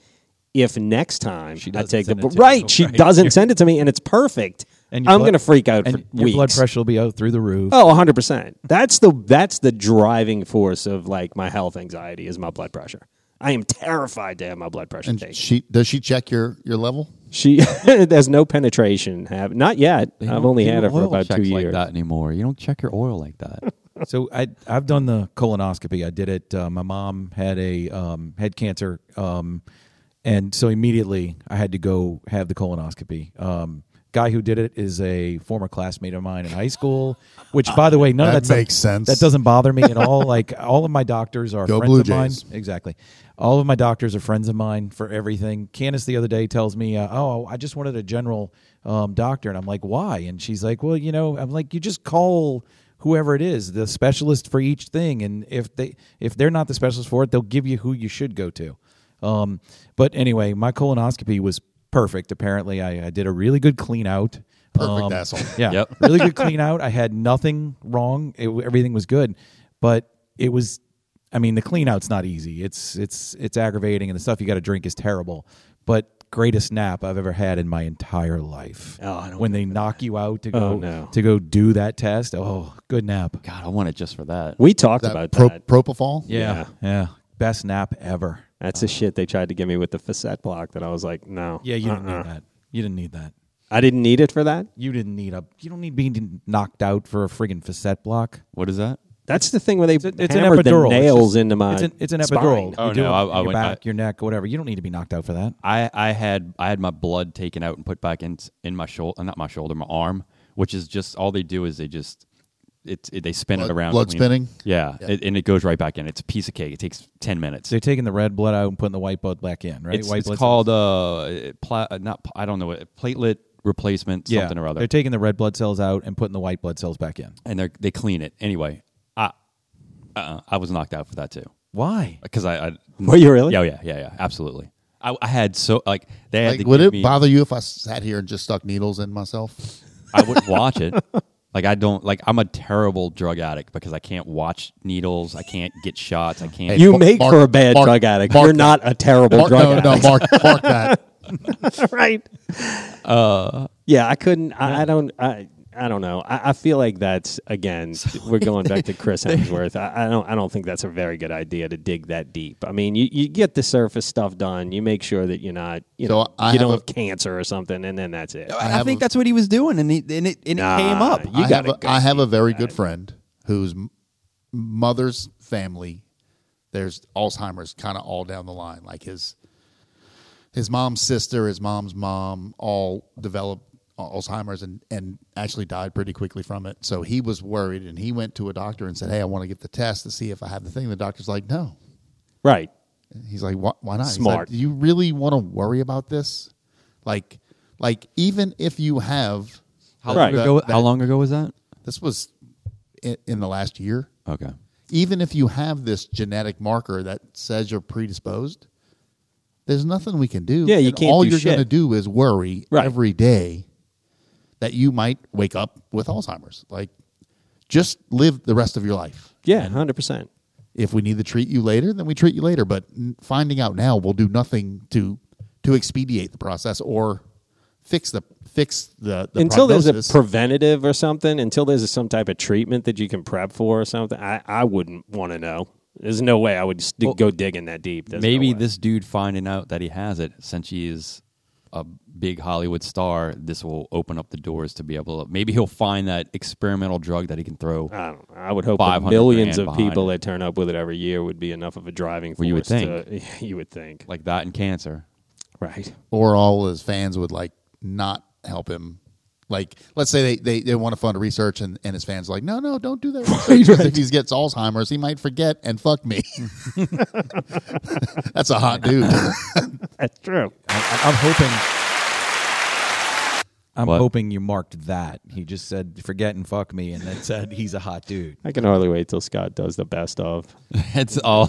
Speaker 5: if next time I
Speaker 3: doesn't
Speaker 5: take the
Speaker 3: send it
Speaker 5: bl-
Speaker 3: to you,
Speaker 5: right, she
Speaker 3: right. (laughs)
Speaker 5: doesn't send it to me, and it's perfect.
Speaker 3: And your
Speaker 5: I'm
Speaker 3: blood-
Speaker 5: going to freak out
Speaker 3: And
Speaker 5: for
Speaker 3: your
Speaker 5: weeks.
Speaker 3: blood pressure will be out through the roof.
Speaker 5: Oh, 100%. That's the that's the driving force of like my health anxiety is my blood pressure. I am terrified to have my blood pressure
Speaker 4: And
Speaker 5: taken.
Speaker 4: she does she check your your level?
Speaker 5: She (laughs) there's no penetration. Have not yet.
Speaker 2: They
Speaker 5: I've
Speaker 2: don't
Speaker 5: only
Speaker 2: do
Speaker 5: had her for
Speaker 2: oil
Speaker 5: about two
Speaker 2: checks
Speaker 5: years.
Speaker 2: Like that anymore. You don't check your oil like that.
Speaker 3: So I I've done the colonoscopy. I did it. Uh, my mom had a um, head cancer, um, and so immediately I had to go have the colonoscopy. Um, guy who did it is a former classmate of mine in high school. Which, by the way, none
Speaker 4: That
Speaker 3: of that's-
Speaker 4: makes sense.
Speaker 3: That doesn't bother me at
Speaker 4: (laughs)
Speaker 3: all. Like all of my doctors are
Speaker 4: Go
Speaker 3: friends
Speaker 4: Blue
Speaker 3: of mine.
Speaker 4: Jays.
Speaker 3: Exactly. All of my doctors are friends of mine for everything. Candace the other day tells me, uh, "Oh, I just wanted a general um, doctor," and I'm like, "Why?" And she's like, "Well, you know," I'm like, "You just call whoever it is, the specialist for each thing, and if they if they're not the specialist for it, they'll give you who you should go to." Um, but anyway, my colonoscopy was perfect. Apparently, I, I did a really good clean out.
Speaker 4: Perfect asshole.
Speaker 3: Um, Yeah.
Speaker 2: Yep.
Speaker 3: (laughs) really good clean out. I had nothing wrong. It, everything was good, but it was. I mean, the clean out's not easy. It's it's it's aggravating, and the stuff you got to drink is terrible. But greatest nap I've ever had in my entire life.
Speaker 5: Oh, I don't
Speaker 3: when they knock you out to go
Speaker 5: Oh, no.
Speaker 3: to go do that test. Oh, good nap.
Speaker 2: God, I want it just for that.
Speaker 5: We talked
Speaker 4: That
Speaker 5: about
Speaker 4: pro,
Speaker 5: that.
Speaker 4: propofol.
Speaker 5: Yeah.
Speaker 3: yeah. Best nap ever.
Speaker 5: That's the shit they tried to give me with the facet block that I was like, no.
Speaker 3: Yeah, you didn't
Speaker 5: uh-uh.
Speaker 3: need that. You didn't need that.
Speaker 5: I didn't need it for that.
Speaker 3: You didn't need a. You don't need being knocked out for a friggin' facet block.
Speaker 2: What is that?
Speaker 5: That's the thing where they
Speaker 3: It's, a- it's an
Speaker 5: hammered
Speaker 3: epidural.
Speaker 5: the
Speaker 3: It's
Speaker 5: nails
Speaker 3: just-
Speaker 5: into my
Speaker 3: It's an, it's an
Speaker 5: spine.
Speaker 3: epidural.
Speaker 2: Oh,
Speaker 3: You do
Speaker 2: no,
Speaker 3: it
Speaker 2: I-
Speaker 3: in
Speaker 2: I
Speaker 3: your
Speaker 2: went-
Speaker 3: back,
Speaker 2: I-
Speaker 3: your neck, whatever. You don't need to be knocked out for that.
Speaker 2: I, I had I had my blood taken out and put back in in my shoulder, not my shoulder, my arm, which is just all they do is they just it's it, they spin it
Speaker 4: Blood-
Speaker 2: around.
Speaker 4: blood
Speaker 2: clean.
Speaker 4: spinning?
Speaker 2: Yeah, It, and it goes right back in. It's a piece of cake. It takes ten minutes.
Speaker 3: So you're taking the red blood out and putting the white blood back in, right?
Speaker 2: it's
Speaker 3: white
Speaker 2: it's
Speaker 3: blood
Speaker 2: called
Speaker 3: cells.
Speaker 2: uh pla- uh, not pl- I don't know what platelet replacement
Speaker 3: yeah.
Speaker 2: something or other,
Speaker 3: They're taking the red blood cells out and putting the white blood cells back in.
Speaker 2: and they they clean it anyway. I uh, I was knocked out for that too
Speaker 3: Why?
Speaker 2: because I, I
Speaker 5: Were you really?
Speaker 2: yeah yeah yeah yeah absolutely. I, I had so like they had
Speaker 4: Like,
Speaker 2: to
Speaker 4: would
Speaker 2: give
Speaker 4: it
Speaker 2: me,
Speaker 4: bother you if I sat here and just stuck needles in myself?
Speaker 2: I wouldn't watch it. Like I don't like I'm a terrible drug addict because I can't watch needles, I can't get shots, I can't.
Speaker 5: You
Speaker 4: Mark-
Speaker 5: make for a bad
Speaker 4: Mark-
Speaker 5: drug addict.
Speaker 4: Mark
Speaker 5: You're
Speaker 4: that.
Speaker 5: not a terrible
Speaker 4: Mark,
Speaker 5: drug
Speaker 4: no,
Speaker 5: addict.
Speaker 4: no, mark,
Speaker 3: (laughs)
Speaker 4: mark that.
Speaker 5: right? Uh, yeah, I couldn't. I, I don't. I, I don't know. I, I feel like that's again. We're going back to (laughs) Chris Hemsworth. I, I don't. I don't think that's a very good idea to dig that deep. I mean, you, you get the surface stuff done. You make sure that you're not. You
Speaker 4: So
Speaker 5: know,
Speaker 4: I have
Speaker 5: you don't
Speaker 4: a-
Speaker 5: have cancer or something, and then that's it.
Speaker 2: I,
Speaker 4: have
Speaker 2: think
Speaker 4: a-
Speaker 2: that's what he was doing, and he, and it and
Speaker 5: Nah,
Speaker 2: it came up.
Speaker 5: you
Speaker 4: I have
Speaker 5: gotta
Speaker 4: a,
Speaker 5: go
Speaker 4: I have a very good friend whose m- mother's family there's Alzheimer's kind of all down the line like his his mom's sister his mom's mom all developed Alzheimer's and and actually died pretty quickly from it so he was worried and he went to a doctor and said hey I want to get the test to see if I have the thing the doctor's like no
Speaker 5: Right.
Speaker 4: He's like, why, why not? He's like,
Speaker 5: Smart.
Speaker 4: Do you really want to worry about this? Like, like even if you have,
Speaker 2: How,
Speaker 5: Right.
Speaker 2: long ago, how long ago was that?
Speaker 4: this was in, in the last year.
Speaker 2: Okay.
Speaker 4: Even if you have this genetic marker that says you're predisposed, there's nothing we can do.
Speaker 5: Yeah, you
Speaker 4: And
Speaker 5: can't
Speaker 4: All
Speaker 5: do
Speaker 4: you're gonna
Speaker 5: shit.
Speaker 4: do is worry
Speaker 5: Right.
Speaker 4: every day that you might wake up with Alzheimer's. Like, just live the rest of your life.
Speaker 5: Yeah, hundred percent.
Speaker 4: if we need to treat you later, then we treat you later. But n- finding out now will do nothing to to expedite the process or fix the fix the, the
Speaker 5: Until there's
Speaker 4: prognosis.
Speaker 5: a preventative or something, until there's some type of treatment that you can prep for or something, I, I wouldn't want to know. There's no way I would s- go digging that deep. There's no
Speaker 2: Maybe
Speaker 5: way.
Speaker 2: this dude finding out that he has it, since he is a big Hollywood star, this will open up the doors to be able to. Maybe he'll find that experimental drug that he can throw.
Speaker 5: I don't. know. I would hope
Speaker 2: 500
Speaker 5: the millions
Speaker 2: grand
Speaker 5: of
Speaker 2: behind
Speaker 5: people
Speaker 2: it.
Speaker 5: that turn up with it every year would be enough of a driving force.
Speaker 2: Well, you would
Speaker 5: (laughs) To, you would think,
Speaker 2: like that in cancer. (laughs)
Speaker 5: right?
Speaker 4: or all his fans would like not help him. Like, let's say they, they, they want to fund research, and, and his fans are like, no, no, don't do
Speaker 5: (laughs)
Speaker 4: that. Research. 'cause If he gets Alzheimer's, he might forget and fuck me. (laughs) That's a hot dude.
Speaker 5: That's true.
Speaker 3: I, I'm hoping. I'm
Speaker 2: What?
Speaker 3: hoping you marked that. He just said, "Forget and fuck me,"
Speaker 2: (laughs)
Speaker 3: and then said, "He's a hot
Speaker 5: (laughs)
Speaker 3: dude."
Speaker 5: I can hardly wait till Scott does the best of.
Speaker 2: That's all.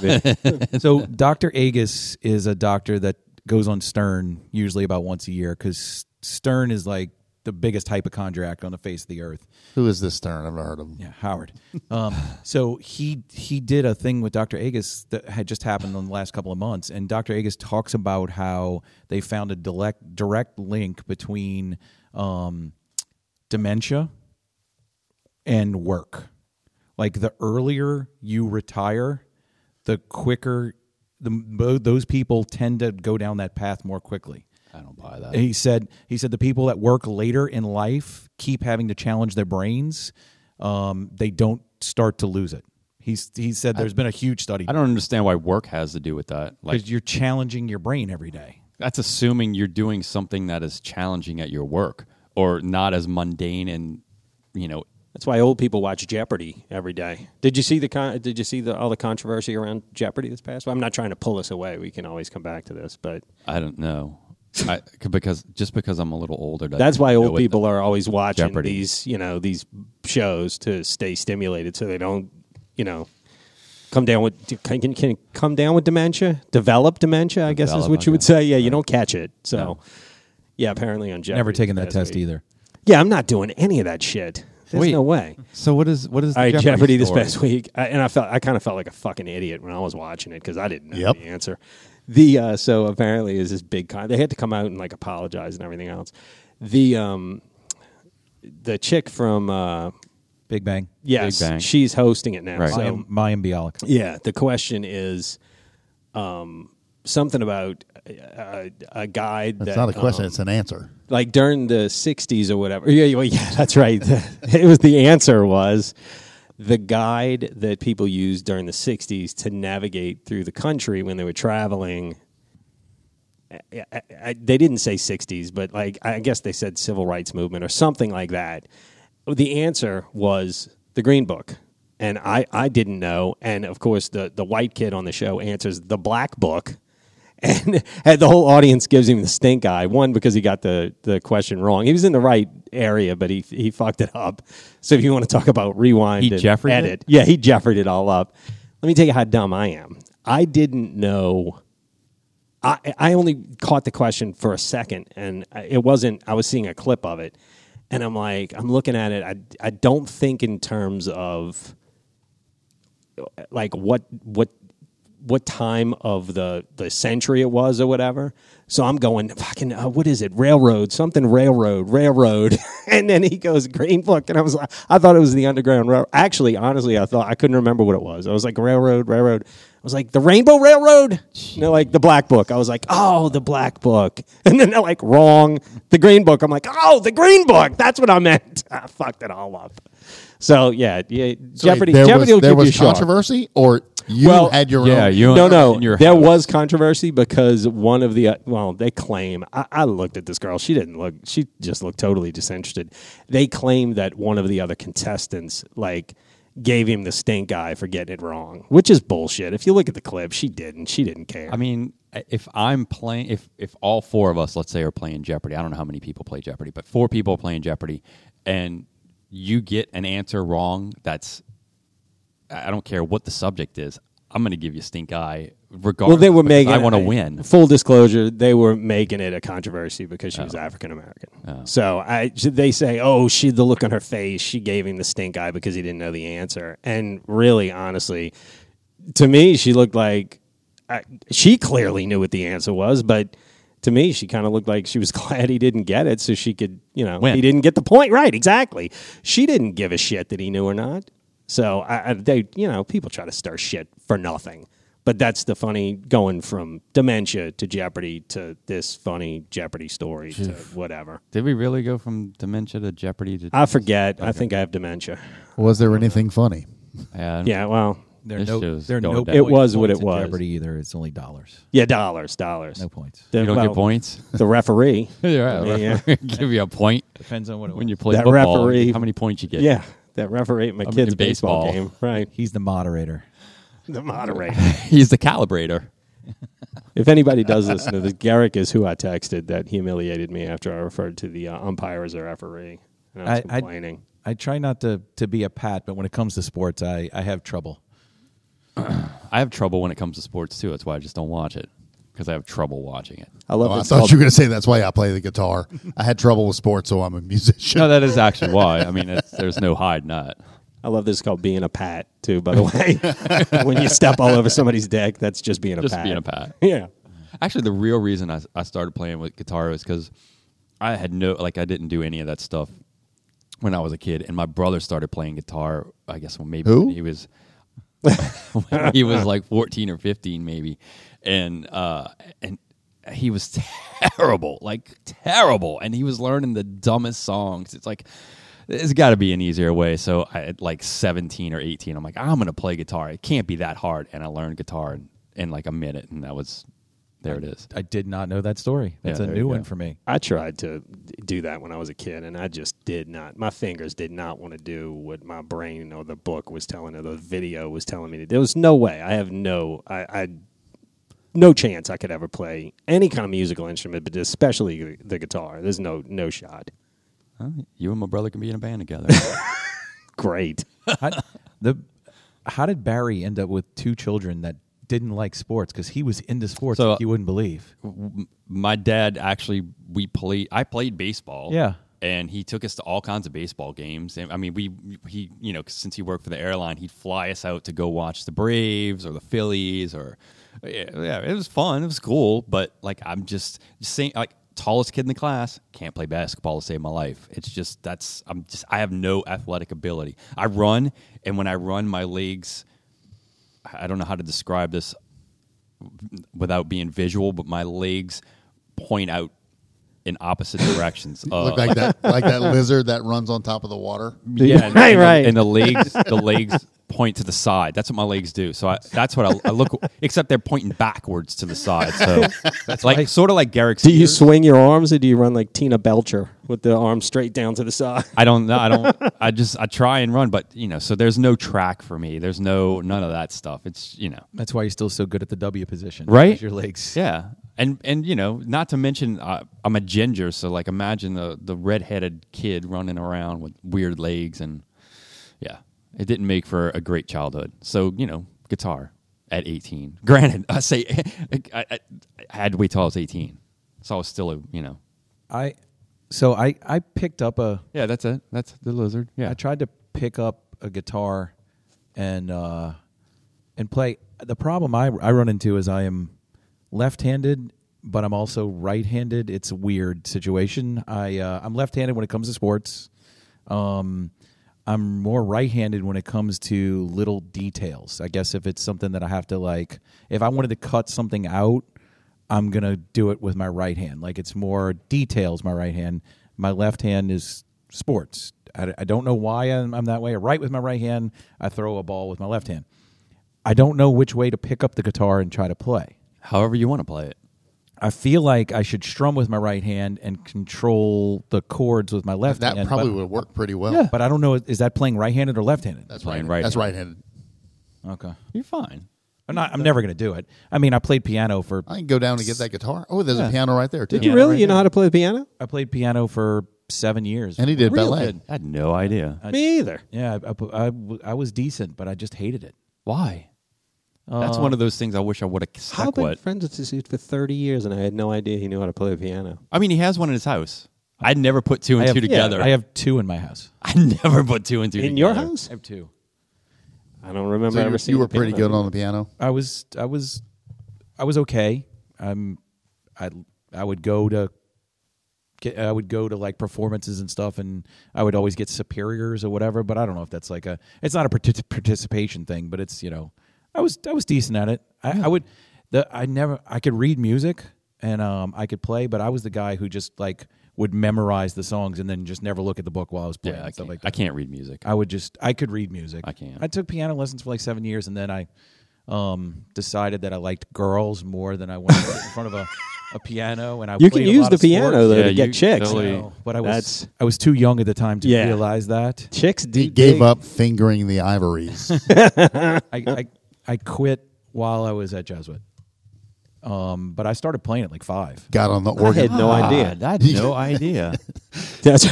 Speaker 3: so Dr. Agus is a doctor that goes on Stern usually about once a year because Stern is like the biggest hypochondriac on the face of the earth.
Speaker 4: Who is this Stern? I've never heard of him.
Speaker 3: Yeah, Howard. Um, (laughs) so he he did a thing with Dr. Agus that had just happened in the last couple of months, and Dr. Agus talks about how they found a direct direct link between um, dementia and work. Like the earlier you retire, the quicker the mo- those people tend to go down that path more quickly.
Speaker 2: I don't buy that.
Speaker 3: He said he said the people that work later in life keep having to challenge their brains. Um, they don't start to lose it. He's he said there's been a huge study
Speaker 2: (laughs) I don't understand why work has to do with that. Like
Speaker 3: because you're challenging your brain every day.
Speaker 2: that's assuming you're doing something that is challenging at your work or not as mundane and you know
Speaker 5: That's why old people watch Jeopardy every day. Did you see the con- Did you see the all the controversy around Jeopardy this past? Well, I'm not trying to pull us away. We can always come bac to this, but
Speaker 2: I don't know. I, c- because just because I'm a little older, doesn't
Speaker 5: that's why
Speaker 2: mean I
Speaker 5: old
Speaker 2: know it.
Speaker 5: people are always watching
Speaker 2: Jeopardy.
Speaker 5: these you know these shows to stay stimulated so they don't you know come down with can, can, can come down with dementia develop dementia i guess is
Speaker 2: Develop,
Speaker 5: what you would
Speaker 2: okay.
Speaker 5: say yeah you don't catch it so yeah apparently on Jeopardy
Speaker 3: Never taken
Speaker 5: this
Speaker 3: that
Speaker 5: past
Speaker 3: test
Speaker 5: week.
Speaker 3: either.
Speaker 5: yeah i'm not doing any of that shit there's
Speaker 2: Wait.
Speaker 5: no way
Speaker 2: So what is what is the
Speaker 5: I
Speaker 2: Jeopardy,
Speaker 5: Jeopardy this
Speaker 2: story?
Speaker 5: past week, I, and I felt I kind of felt like a fucking idiot when I was watching it because I didn't know
Speaker 4: Yep.
Speaker 5: the answer. The uh, so apparently is this big con. They had to come out and like apologize and everything else. The um, the chick from uh,
Speaker 3: Big Bang.
Speaker 5: yes,
Speaker 2: Bang.
Speaker 5: she's hosting it now.
Speaker 2: Right.
Speaker 5: So
Speaker 3: Mayim, Mayim Bialik.
Speaker 5: yeah, the question is um, something about uh, a guy.
Speaker 4: It's
Speaker 5: that,
Speaker 4: not a question,
Speaker 5: um,
Speaker 4: it's an answer.
Speaker 5: like during the 60s or whatever. Yeah, yeah, yeah (laughs) that's right. it was the answer was the guide that people used during the 60s to navigate through the country when they were traveling. I, I, I, they didn't say 60s, but like I guess they said civil rights movement or something like that. The answer was the Green Book. And I, I didn't know. And of course, the, the white kid on the show answers the Black Book. (laughs) And, and the whole audience gives him the stink eye. One, because he got the, the question wrong. He was in the right area, but he, he fucked it up. So if you want to talk about rewind
Speaker 2: He
Speaker 5: and
Speaker 2: Jeffried it?
Speaker 5: edit, yeah, he jeffried it all up. Let me tell you how dumb I am. I didn't know. I, I only caught the question for a second, and I- it wasn't. I was seeing a clip of it, and I'm like, I'm looking at it. I, I don't think in terms of like what what what time of the the century it was or whatever. So I'm going fucking uh, what is it railroad something railroad railroad (laughs) and then he goes green book and I was like I thought it was the underground railroad. Actually, honestly, I thought I couldn't remember what it was. I was like railroad railroad. I was like the Rainbow Railroad. And they're like the Black Book. I was like oh the Black Book. (laughs) And then they're like wrong the Green Book. I'm like oh the Green Book. That's what I meant. (laughs) I fucked it all up. So yeah, yeah.
Speaker 4: So wait,
Speaker 5: Jeopardy.
Speaker 4: there
Speaker 5: Jeopardy
Speaker 4: was,
Speaker 5: will
Speaker 4: there
Speaker 5: give
Speaker 4: was
Speaker 5: you a shock.
Speaker 4: controversy, or you
Speaker 5: Well,
Speaker 4: had your
Speaker 2: yeah,
Speaker 4: own.
Speaker 2: you
Speaker 5: No,
Speaker 2: in
Speaker 5: no,
Speaker 2: your
Speaker 5: there
Speaker 2: house.
Speaker 5: was controversy because one of the uh, well, they claim I, I looked at this girl. She didn't look. She just looked totally disinterested. They claim that one of the other contestants like gave him the stink eye for getting it wrong, which is bullshit. If you look at the clip, she didn't. She didn't care.
Speaker 2: I mean, if I'm playing, if if all four of us, let's say, are playing Jeopardy, I don't know how many people play Jeopardy, but four people are playing Jeopardy, and you get an answer wrong. That's I I don't care what the subject is. I'm going to give you stink eye, regardless.
Speaker 5: well, they were
Speaker 2: because
Speaker 5: making.
Speaker 2: I want to win.
Speaker 5: Full disclosure, they were making it a controversy because she was
Speaker 2: Oh.
Speaker 5: African American. So I, they say, oh, she the look on her face. She gave him the stink eye because he didn't know the answer. And really, honestly, to me, she looked like I, she clearly knew what the answer was, but. To me, she kind of looked like she was (laughs) glad he didn't get it, so she could, you know,
Speaker 2: Win.
Speaker 5: he didn't get the point right. Exactly. She didn't give a shit that he knew or not. So I, I, they, you know, people try to stir shit for nothing. But that's the funny going from dementia to Jeopardy to this funny Jeopardy story to whatever.
Speaker 2: Did we really go from dementia to Jeopardy to?
Speaker 5: I forget. I think I have dementia.
Speaker 4: Was there anything funny?
Speaker 2: yeah,
Speaker 5: Yeah. Well.
Speaker 3: There are
Speaker 2: This
Speaker 3: no,
Speaker 2: show's
Speaker 3: there are
Speaker 2: going
Speaker 3: no
Speaker 2: down.
Speaker 5: It was
Speaker 3: points
Speaker 5: what
Speaker 3: in
Speaker 5: it was.
Speaker 3: Jeopardy either. It's only dollars.
Speaker 5: Yeah. Dollars. Dollars.
Speaker 3: No points.
Speaker 5: The,
Speaker 2: you don't
Speaker 5: well,
Speaker 2: get points.
Speaker 5: The referee.
Speaker 2: (laughs) yeah,
Speaker 5: Yeah.
Speaker 2: referee (laughs) give you a point
Speaker 3: Depends on what it
Speaker 2: when
Speaker 3: was.
Speaker 2: you play
Speaker 5: That
Speaker 2: football.
Speaker 5: referee-
Speaker 2: How many points you get?
Speaker 5: yeah. That referee at my
Speaker 2: I'm
Speaker 5: kid's
Speaker 2: into
Speaker 5: baseball.
Speaker 2: baseball.
Speaker 5: game.
Speaker 2: (laughs)
Speaker 5: Right.
Speaker 3: He's the moderator.
Speaker 5: The moderator.
Speaker 2: he's the calibrator.
Speaker 5: (laughs) if anybody does listen to this, Garrick is who I texted that humiliated me after I referred to the uh, umpire as a referee. And I was
Speaker 3: I- I-
Speaker 5: complaining.
Speaker 3: I try not to, to be a pat, but when it comes to sports, I, I have trouble.
Speaker 2: I have trouble when it comes to sports too. That's why I just don't watch it because I have trouble watching it.
Speaker 5: I, love
Speaker 4: Oh, I
Speaker 5: it's
Speaker 4: thought
Speaker 5: called-
Speaker 4: you were going to say that's why I play the guitar. I had trouble with sports, so I'm a musician.
Speaker 2: No, that is actually why. I mean, it's, there's no hide nut.
Speaker 5: I love this called being a pat too. By the (laughs) way, when you step all over somebody's deck, that's just being a
Speaker 2: Just
Speaker 5: pat.
Speaker 2: being a pat.
Speaker 5: (laughs) Yeah,
Speaker 2: Actually, the real reason I, I started playing with guitar was because I had no, like, I didn't do any of that stuff when I was a kid, and my brother started playing guitar. I guess when maybe
Speaker 4: Who?
Speaker 2: when he was when (laughs) he was like 14 or 15 maybe and uh and he was (laughs) terrible like terrible and he was learning the dumbest songs it's like there's got to be an easier way so I, at like 17 or 18 i'm like i'm gonna play guitar it can't be that hard and i learned guitar in, in like a minute and that was there it is
Speaker 3: I did not know that story. That's
Speaker 2: Yeah,
Speaker 3: a
Speaker 2: there
Speaker 3: new
Speaker 2: you
Speaker 3: one
Speaker 2: go.
Speaker 3: for me.
Speaker 5: I tried to do that when I was a kid, and I just did not. My fingers did not want to do what my brain or the book was telling, or the video was telling me. to do. There was no way. I have no. I. I no chance I could ever play any kind of musical instrument, but especially the guitar. There's no no shot.
Speaker 2: you and my brother can be in a band together (laughs)
Speaker 5: Great.
Speaker 3: How, (laughs) the, how did Barry end up with two children that didn't like sports? Because he was into sports
Speaker 2: So-
Speaker 3: like you wouldn't believe.
Speaker 2: my dad actually we played I played baseball.
Speaker 3: Yeah.
Speaker 2: And he took us to all kinds of baseball games. And I mean, we he you know since he worked for the airline, he'd fly us out to go watch the Braves or the Phillies or yeah, yeah, it was fun. It was cool, but like I'm just saying like tallest kid in the class can't play basketball to save my life. It's just that's I'm just I have no athletic ability. I run and when I run my legs I don't know how to describe this without being visual, but my legs point out in opposite directions.
Speaker 5: Oh.
Speaker 2: Uh,
Speaker 4: Look like that, like
Speaker 5: (laughs)
Speaker 4: that lizard that runs on top of the water.
Speaker 2: yeah, and,
Speaker 5: Right,
Speaker 2: and the-
Speaker 5: right.
Speaker 2: and the legs,
Speaker 5: (laughs)
Speaker 2: the legs point to the side. That's what my legs do. So I, that's what I, I look. Except they're pointing backwards to the side. So
Speaker 5: (laughs)
Speaker 2: that's like sort of like Garrick's.
Speaker 5: Do you
Speaker 2: ears.
Speaker 5: swing your arms or do you run like Tina Belcher with the arms straight down to the side?
Speaker 2: I don't know. I don't. I just I try and run, but you know. So there's no track for me. There's no none of that stuff. It's you know.
Speaker 3: That's why you're still so good at the W position.
Speaker 2: Right?
Speaker 3: because Your legs.
Speaker 2: Yeah, and and you know, not to mention uh, I'm a ginger, so like imagine the the redheaded kid running around with weird legs and yeah, it didn't make for a great childhood. So you know, guitar at 18. (laughs) Granted, I say I, I, I had to wait till I was 18, so I was still a you know.
Speaker 3: I, so I, I picked up a
Speaker 2: Yeah, that's it. That's the lizard. Yeah,
Speaker 3: I tried to pick up a guitar and uh, and play. The problem I, I run into is I am left-handed, but I'm also right-handed. It's a weird situation. I uh, I'm left-handed when it comes to sports. Um, I'm more right-handed when it comes to little details. I guess if it's something that I have to like, if I wanted to cut something out, I'm gonna do it with my right hand. Like it's more details. My right hand. My left hand is sports. I, I don't know why I'm, I'm that way. I write with my right hand. I throw a ball with my left hand. I don't know which way to pick up the guitar and try to play.
Speaker 2: however you want to play it.
Speaker 3: I feel like I should strum with my right hand and control the chords with my left
Speaker 4: That
Speaker 3: hand.
Speaker 4: probably
Speaker 3: but,
Speaker 4: would work pretty well.
Speaker 3: But I don't know. Is that playing right-handed or left-handed?
Speaker 4: That's
Speaker 2: Playing
Speaker 4: right.
Speaker 2: right
Speaker 4: That's right handed.
Speaker 3: okay.
Speaker 2: You're fine.
Speaker 3: I'm not. I'm never going to do it. I mean, I played piano for.
Speaker 4: I can go down and get that guitar. Oh, there's a piano right there too.
Speaker 5: Did you really? you know how to play the piano?
Speaker 3: I played piano for seven years.
Speaker 4: And he did
Speaker 2: Really?
Speaker 4: ballet.
Speaker 2: I had no idea.
Speaker 5: Me either.
Speaker 3: yeah, I- I, pu- I, w- I was decent, but I just hated it.
Speaker 2: Why? That's one of those things I uh, wish I would have
Speaker 5: I've
Speaker 2: stuck
Speaker 5: been
Speaker 2: with.
Speaker 5: friends with this dude for 30 years, and I had no idea he knew how to play the piano.
Speaker 2: I mean, he has one in his house. I never put two and
Speaker 3: I have
Speaker 2: two together.
Speaker 3: I have two in my house.
Speaker 2: I (laughs) never put two and two
Speaker 5: In
Speaker 2: together.
Speaker 5: your house?
Speaker 3: I have two.
Speaker 5: I don't remember
Speaker 4: So you,
Speaker 5: ever
Speaker 4: were-
Speaker 5: seeing
Speaker 4: you were
Speaker 5: the piano.
Speaker 4: pretty good on the piano.
Speaker 3: I was. I was. I was okay. I'm. I. I would go to. Get, I would go to like performances and stuff, and I would always get superiors or whatever. But I don't know if that's like a. It's not a partic- participation thing, but it's you know, I was I was decent at it. I,
Speaker 2: Hmm.
Speaker 3: I would. The I never I could read music and um I could play, but I was the guy who just like would memorize the songs and then just never look at the book while I was playing
Speaker 2: Yeah, I
Speaker 3: and stuff
Speaker 2: can't,
Speaker 3: like
Speaker 2: I
Speaker 3: that.
Speaker 2: can't read music.
Speaker 3: I would just I could read music.
Speaker 2: I can.
Speaker 3: I took piano lessons for like seven years, and then I um, decided that I liked girls more than I wanted to sit in front of a, a piano. And I
Speaker 5: You can
Speaker 3: played a
Speaker 5: use
Speaker 3: lot
Speaker 5: the
Speaker 3: of sports,
Speaker 5: piano, though,
Speaker 2: Yeah,
Speaker 5: to
Speaker 2: you
Speaker 5: get chicks.
Speaker 2: totally-
Speaker 3: you know, but I was
Speaker 5: That's-
Speaker 3: I was too young at the time to
Speaker 5: Yeah.
Speaker 3: realize that.
Speaker 5: Chicks
Speaker 4: He
Speaker 5: deep
Speaker 4: gave
Speaker 5: dig.
Speaker 4: up fingering the
Speaker 5: (laughs)
Speaker 4: ivories.
Speaker 3: I, I I quit while I was at Jesuit. Um, but I started playing at like five.
Speaker 4: Got on the
Speaker 5: I
Speaker 4: organ.
Speaker 5: had no idea.
Speaker 2: God, Ah, I had no idea.
Speaker 5: (laughs) That's.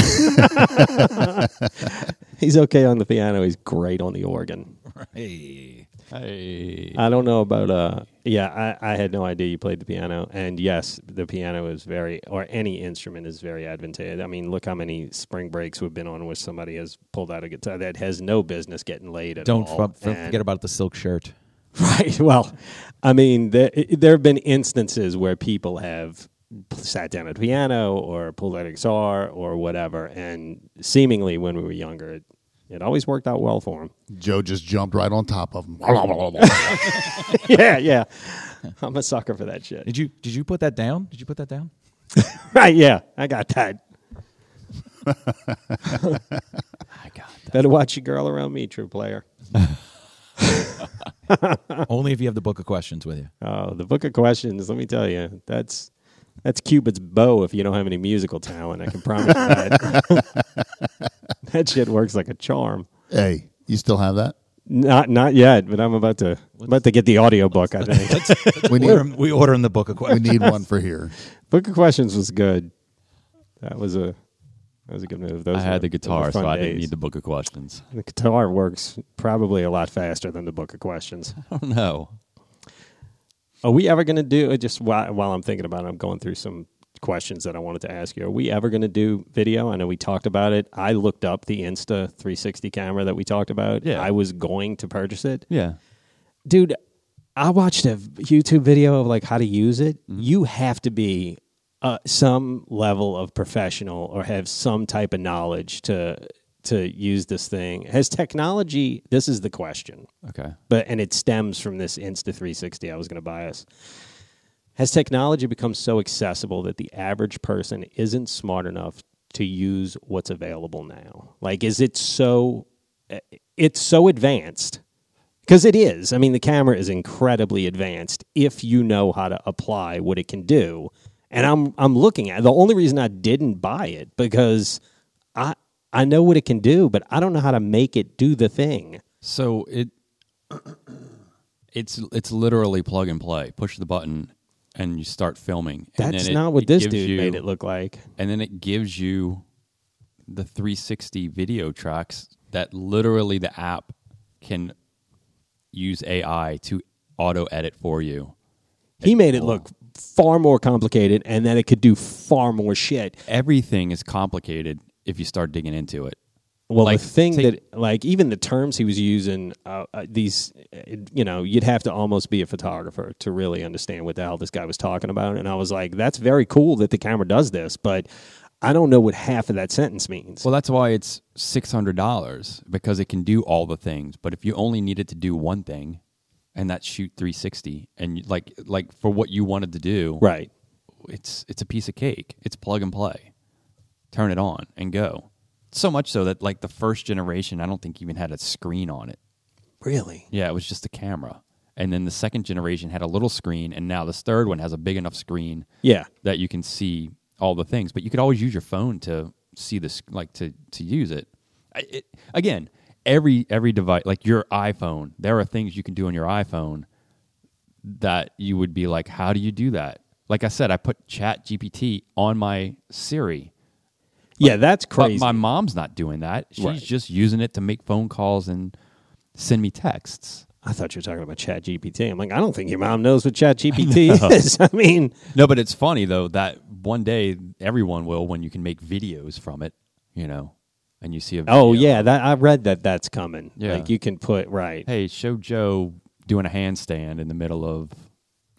Speaker 5: (laughs) he's okay on the piano. He's great on the organ.
Speaker 3: Hey,
Speaker 2: Hey.
Speaker 5: I don't know about uh yeah, I, I had no idea you played the piano. And yes, the piano is very or any instrument is very advantageous. I mean, look how many spring breaks we've been on where somebody has pulled out a guitar that has no business getting laid at
Speaker 3: don't
Speaker 5: all.
Speaker 3: f- f-
Speaker 5: And-
Speaker 3: forget about the silk shirt.
Speaker 5: (laughs) Right. Well, I mean, there, there have been instances where people have sat down at a piano or pulled out a guitar or whatever, and seemingly when we were younger, it, it always worked out well for them.
Speaker 4: Joe just jumped right on top of him.
Speaker 5: (laughs) yeah, yeah. I'm a sucker for that shit. (laughs)
Speaker 3: Did you did you put that down? Did you put that down?
Speaker 5: Right. Yeah, I got that. (laughs)
Speaker 2: I got that.
Speaker 5: Better watch your girl around me, true player.
Speaker 3: Only if you have the book of questions with you.
Speaker 5: Oh, the book of questions. Let me tell you, that's that's Cupid's bow. If you don't have any musical talent, I can promise you that. that (laughs) shit works like a charm.
Speaker 4: hey, you still have that?
Speaker 5: Not not yet, but I'm about to about to get the audiobook, I (laughs) think.
Speaker 4: We
Speaker 3: Order 'em-
Speaker 4: need,
Speaker 3: we order in the book of
Speaker 4: we
Speaker 3: questions.
Speaker 4: need one for here.
Speaker 5: Book of Questions was good. That was a that was a good move. Those
Speaker 2: I had
Speaker 5: were-
Speaker 2: the
Speaker 5: those
Speaker 2: guitar,
Speaker 5: were
Speaker 2: so
Speaker 5: fun
Speaker 2: I didn't
Speaker 5: days.
Speaker 2: need the book of
Speaker 5: (laughs)
Speaker 2: questions.
Speaker 5: The guitar works probably a lot faster than the Book of Questions.
Speaker 2: I don't know.
Speaker 5: Are we ever going to do uh, just while, while I'm thinking about it, I'm going through some questions that I wanted to ask you. Are we ever going to do video? I know we talked about it. I looked up the Insta 360 camera that we talked about.
Speaker 2: Yeah.
Speaker 5: I was going to purchase it.
Speaker 2: Yeah.
Speaker 5: Dude, I watched a YouTube video of like how to use it.
Speaker 2: Mm-hmm.
Speaker 5: You have to be uh, some level of professional or have some type of knowledge to to use this thing. Has technology, this is the question
Speaker 2: Okay.
Speaker 5: but and it stems from this Insta 360 I was going to buy us. Has technology become so accessible that the average person isn't smart enough to use what's available now? Like, is it so? eh, It's so advanced because it is. I mean, the camera is incredibly advanced if you know how to apply what it can do. And I'm I'm looking at the only reason I didn't buy it because I I know what it can do, but I don't know how to make it do the thing.
Speaker 2: So it it's it's literally plug and play. Push the button and you start filming. And
Speaker 5: That's
Speaker 2: then it-
Speaker 5: not what this
Speaker 2: gives
Speaker 5: dude
Speaker 2: you-
Speaker 5: made it look like.
Speaker 2: And then it gives you the 360 video tracks that literally the app can use AI to auto edit for you.
Speaker 5: He made
Speaker 2: Oh.
Speaker 5: it look far more complicated and that it could do far more shit.
Speaker 2: Everything is complicated if you start digging into it.
Speaker 5: Well,
Speaker 2: Like,
Speaker 5: the thing
Speaker 2: take-
Speaker 5: that, like, even the terms he was using, uh, uh, these, uh, you know, you'd have to almost be a photographer to really understand what the hell this guy was talking about. And I was like, that's very cool that the camera does this, but I don't know what half of that sentence means.
Speaker 2: Well, that's why it's six hundred dollars because it can do all the things. But if you only needed to do one thing, and that's shoot three sixty, and you- like like for what you wanted to do,
Speaker 5: right.
Speaker 2: It's it's a piece of cake. It's plug and play. Turn it on and go. So much so that like the first generation, I don't think even had a screen on it.
Speaker 5: Really?
Speaker 2: Yeah, it was just a camera, and then the second generation had a little screen, and now this third one has a big enough screen
Speaker 5: Yeah.
Speaker 2: that you can see all the things. But you could always use your phone to see this, like to to use it. I- it again, every every device, like your iPhone, there are things you can do on your iPhone that you would be like, how do you do that? Like I said, I put Chat GPT on my Siri.
Speaker 5: Yeah, that's
Speaker 2: But
Speaker 5: crazy.
Speaker 2: my mom's not doing that. She's
Speaker 5: Right.
Speaker 2: just using it to make phone calls and send me texts.
Speaker 5: I thought you were talking about Chat GPT. I'm like, I don't think your mom knows
Speaker 2: (laughs)
Speaker 5: what Chat GPT is. (laughs) I mean,
Speaker 2: No, but it's funny though that one day everyone will when you can make videos from it, you know, and you see a video.
Speaker 5: oh yeah, that I read that that's coming.
Speaker 2: Yeah.
Speaker 5: Like you can put right.
Speaker 2: Hey, show Joe doing a handstand in the middle of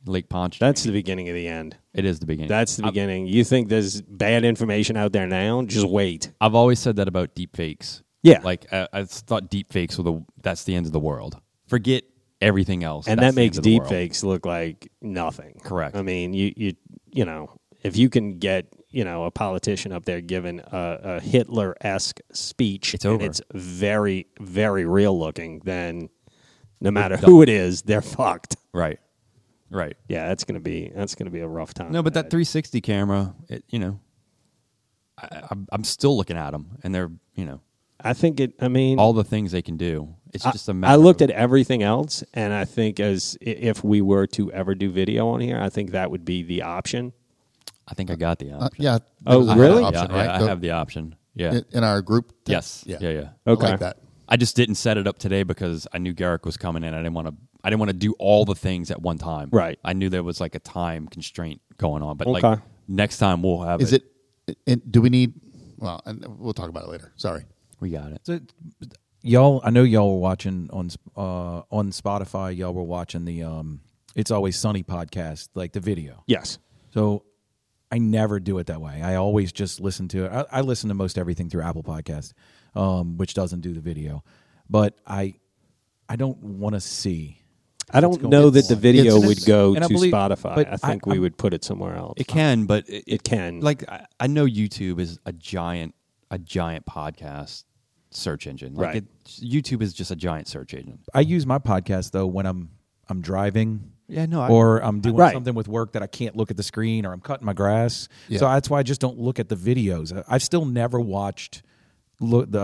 Speaker 2: Lake Ponch.
Speaker 5: That's the beginning of the end.
Speaker 2: it is the beginning.
Speaker 5: That's the beginning. You think there's bad information out there now? Just wait.
Speaker 2: I've always said that about deep fakes.
Speaker 5: Yeah.
Speaker 2: Like I, I thought deep fakes were the that's the end of the world. Forget everything else.
Speaker 5: and
Speaker 2: That's
Speaker 5: that
Speaker 2: the end
Speaker 5: makes
Speaker 2: of the
Speaker 5: deep
Speaker 2: world.
Speaker 5: fakes look like nothing.
Speaker 2: Correct.
Speaker 5: I mean, you you you know, if you can get you know a politician up there giving a, a Hitler esque speech,
Speaker 2: It's
Speaker 5: and
Speaker 2: over.
Speaker 5: it's very very real looking. Then no matter who it is, they're (laughs) fucked.
Speaker 2: Right. Right.
Speaker 5: Yeah, that's gonna be that's gonna be a rough time.
Speaker 2: No, but that
Speaker 5: ahead.
Speaker 2: 360 camera, it, you know, I, I'm, I'm still looking at them, and they're you know
Speaker 5: I think it. I mean,
Speaker 2: all the things they can do. It's
Speaker 5: I-
Speaker 2: just a
Speaker 5: I
Speaker 2: matter.
Speaker 5: looked
Speaker 2: of-
Speaker 5: at everything else, and I think as i- if we were to ever do video on here, I think that would be the option.
Speaker 2: I think I got the
Speaker 4: Uh,
Speaker 2: option.
Speaker 4: yeah.
Speaker 5: Oh,
Speaker 4: I have an
Speaker 5: really?
Speaker 2: Yeah,
Speaker 4: option,
Speaker 2: yeah,
Speaker 4: right?
Speaker 2: I
Speaker 4: The-
Speaker 2: have the option. Yeah.
Speaker 4: in- in our group. thing?
Speaker 2: yes. Yeah. Yeah.
Speaker 5: Okay.
Speaker 4: I like that.
Speaker 2: I just didn't set it up today because I knew Garrick was coming in. I didn't want to. I didn't want to do all the things at one time.
Speaker 5: Right.
Speaker 2: I knew there was like a time constraint going on, but like
Speaker 5: Okay.
Speaker 2: next time we'll have
Speaker 4: Is it? And do we need? Well, and we'll talk about it later. Sorry.
Speaker 2: We got it.
Speaker 3: So, y'all, I know y'all were watching on Sp- uh, on Spotify. Y'all were watching the um, "It's Always Sunny" podcast, like the video.
Speaker 5: Yes.
Speaker 3: So I never do it that way. I always just listen to it. I, I listen to most everything through Apple Podcast, um, which doesn't do the video. But I I don't want to see.
Speaker 5: I don't know that the video
Speaker 4: It's-
Speaker 5: would go
Speaker 3: and
Speaker 5: to
Speaker 3: I believe-
Speaker 5: Spotify.
Speaker 3: but
Speaker 5: I think
Speaker 3: I-
Speaker 5: we
Speaker 3: I'm-
Speaker 5: would put it somewhere else.
Speaker 2: It can, but it,
Speaker 5: It can.
Speaker 2: Like I, I know YouTube is a giant, a giant podcast search engine. Like
Speaker 5: Right.
Speaker 2: It, YouTube is just a giant search engine.
Speaker 3: I use my podcast though when I'm I'm driving.
Speaker 2: Yeah, no, I-
Speaker 3: or I'm doing
Speaker 5: Right.
Speaker 3: something with work that I can't look at the screen, or I'm cutting my grass.
Speaker 4: Yeah.
Speaker 3: So that's why I just don't look at the videos. I- I've still never watched look the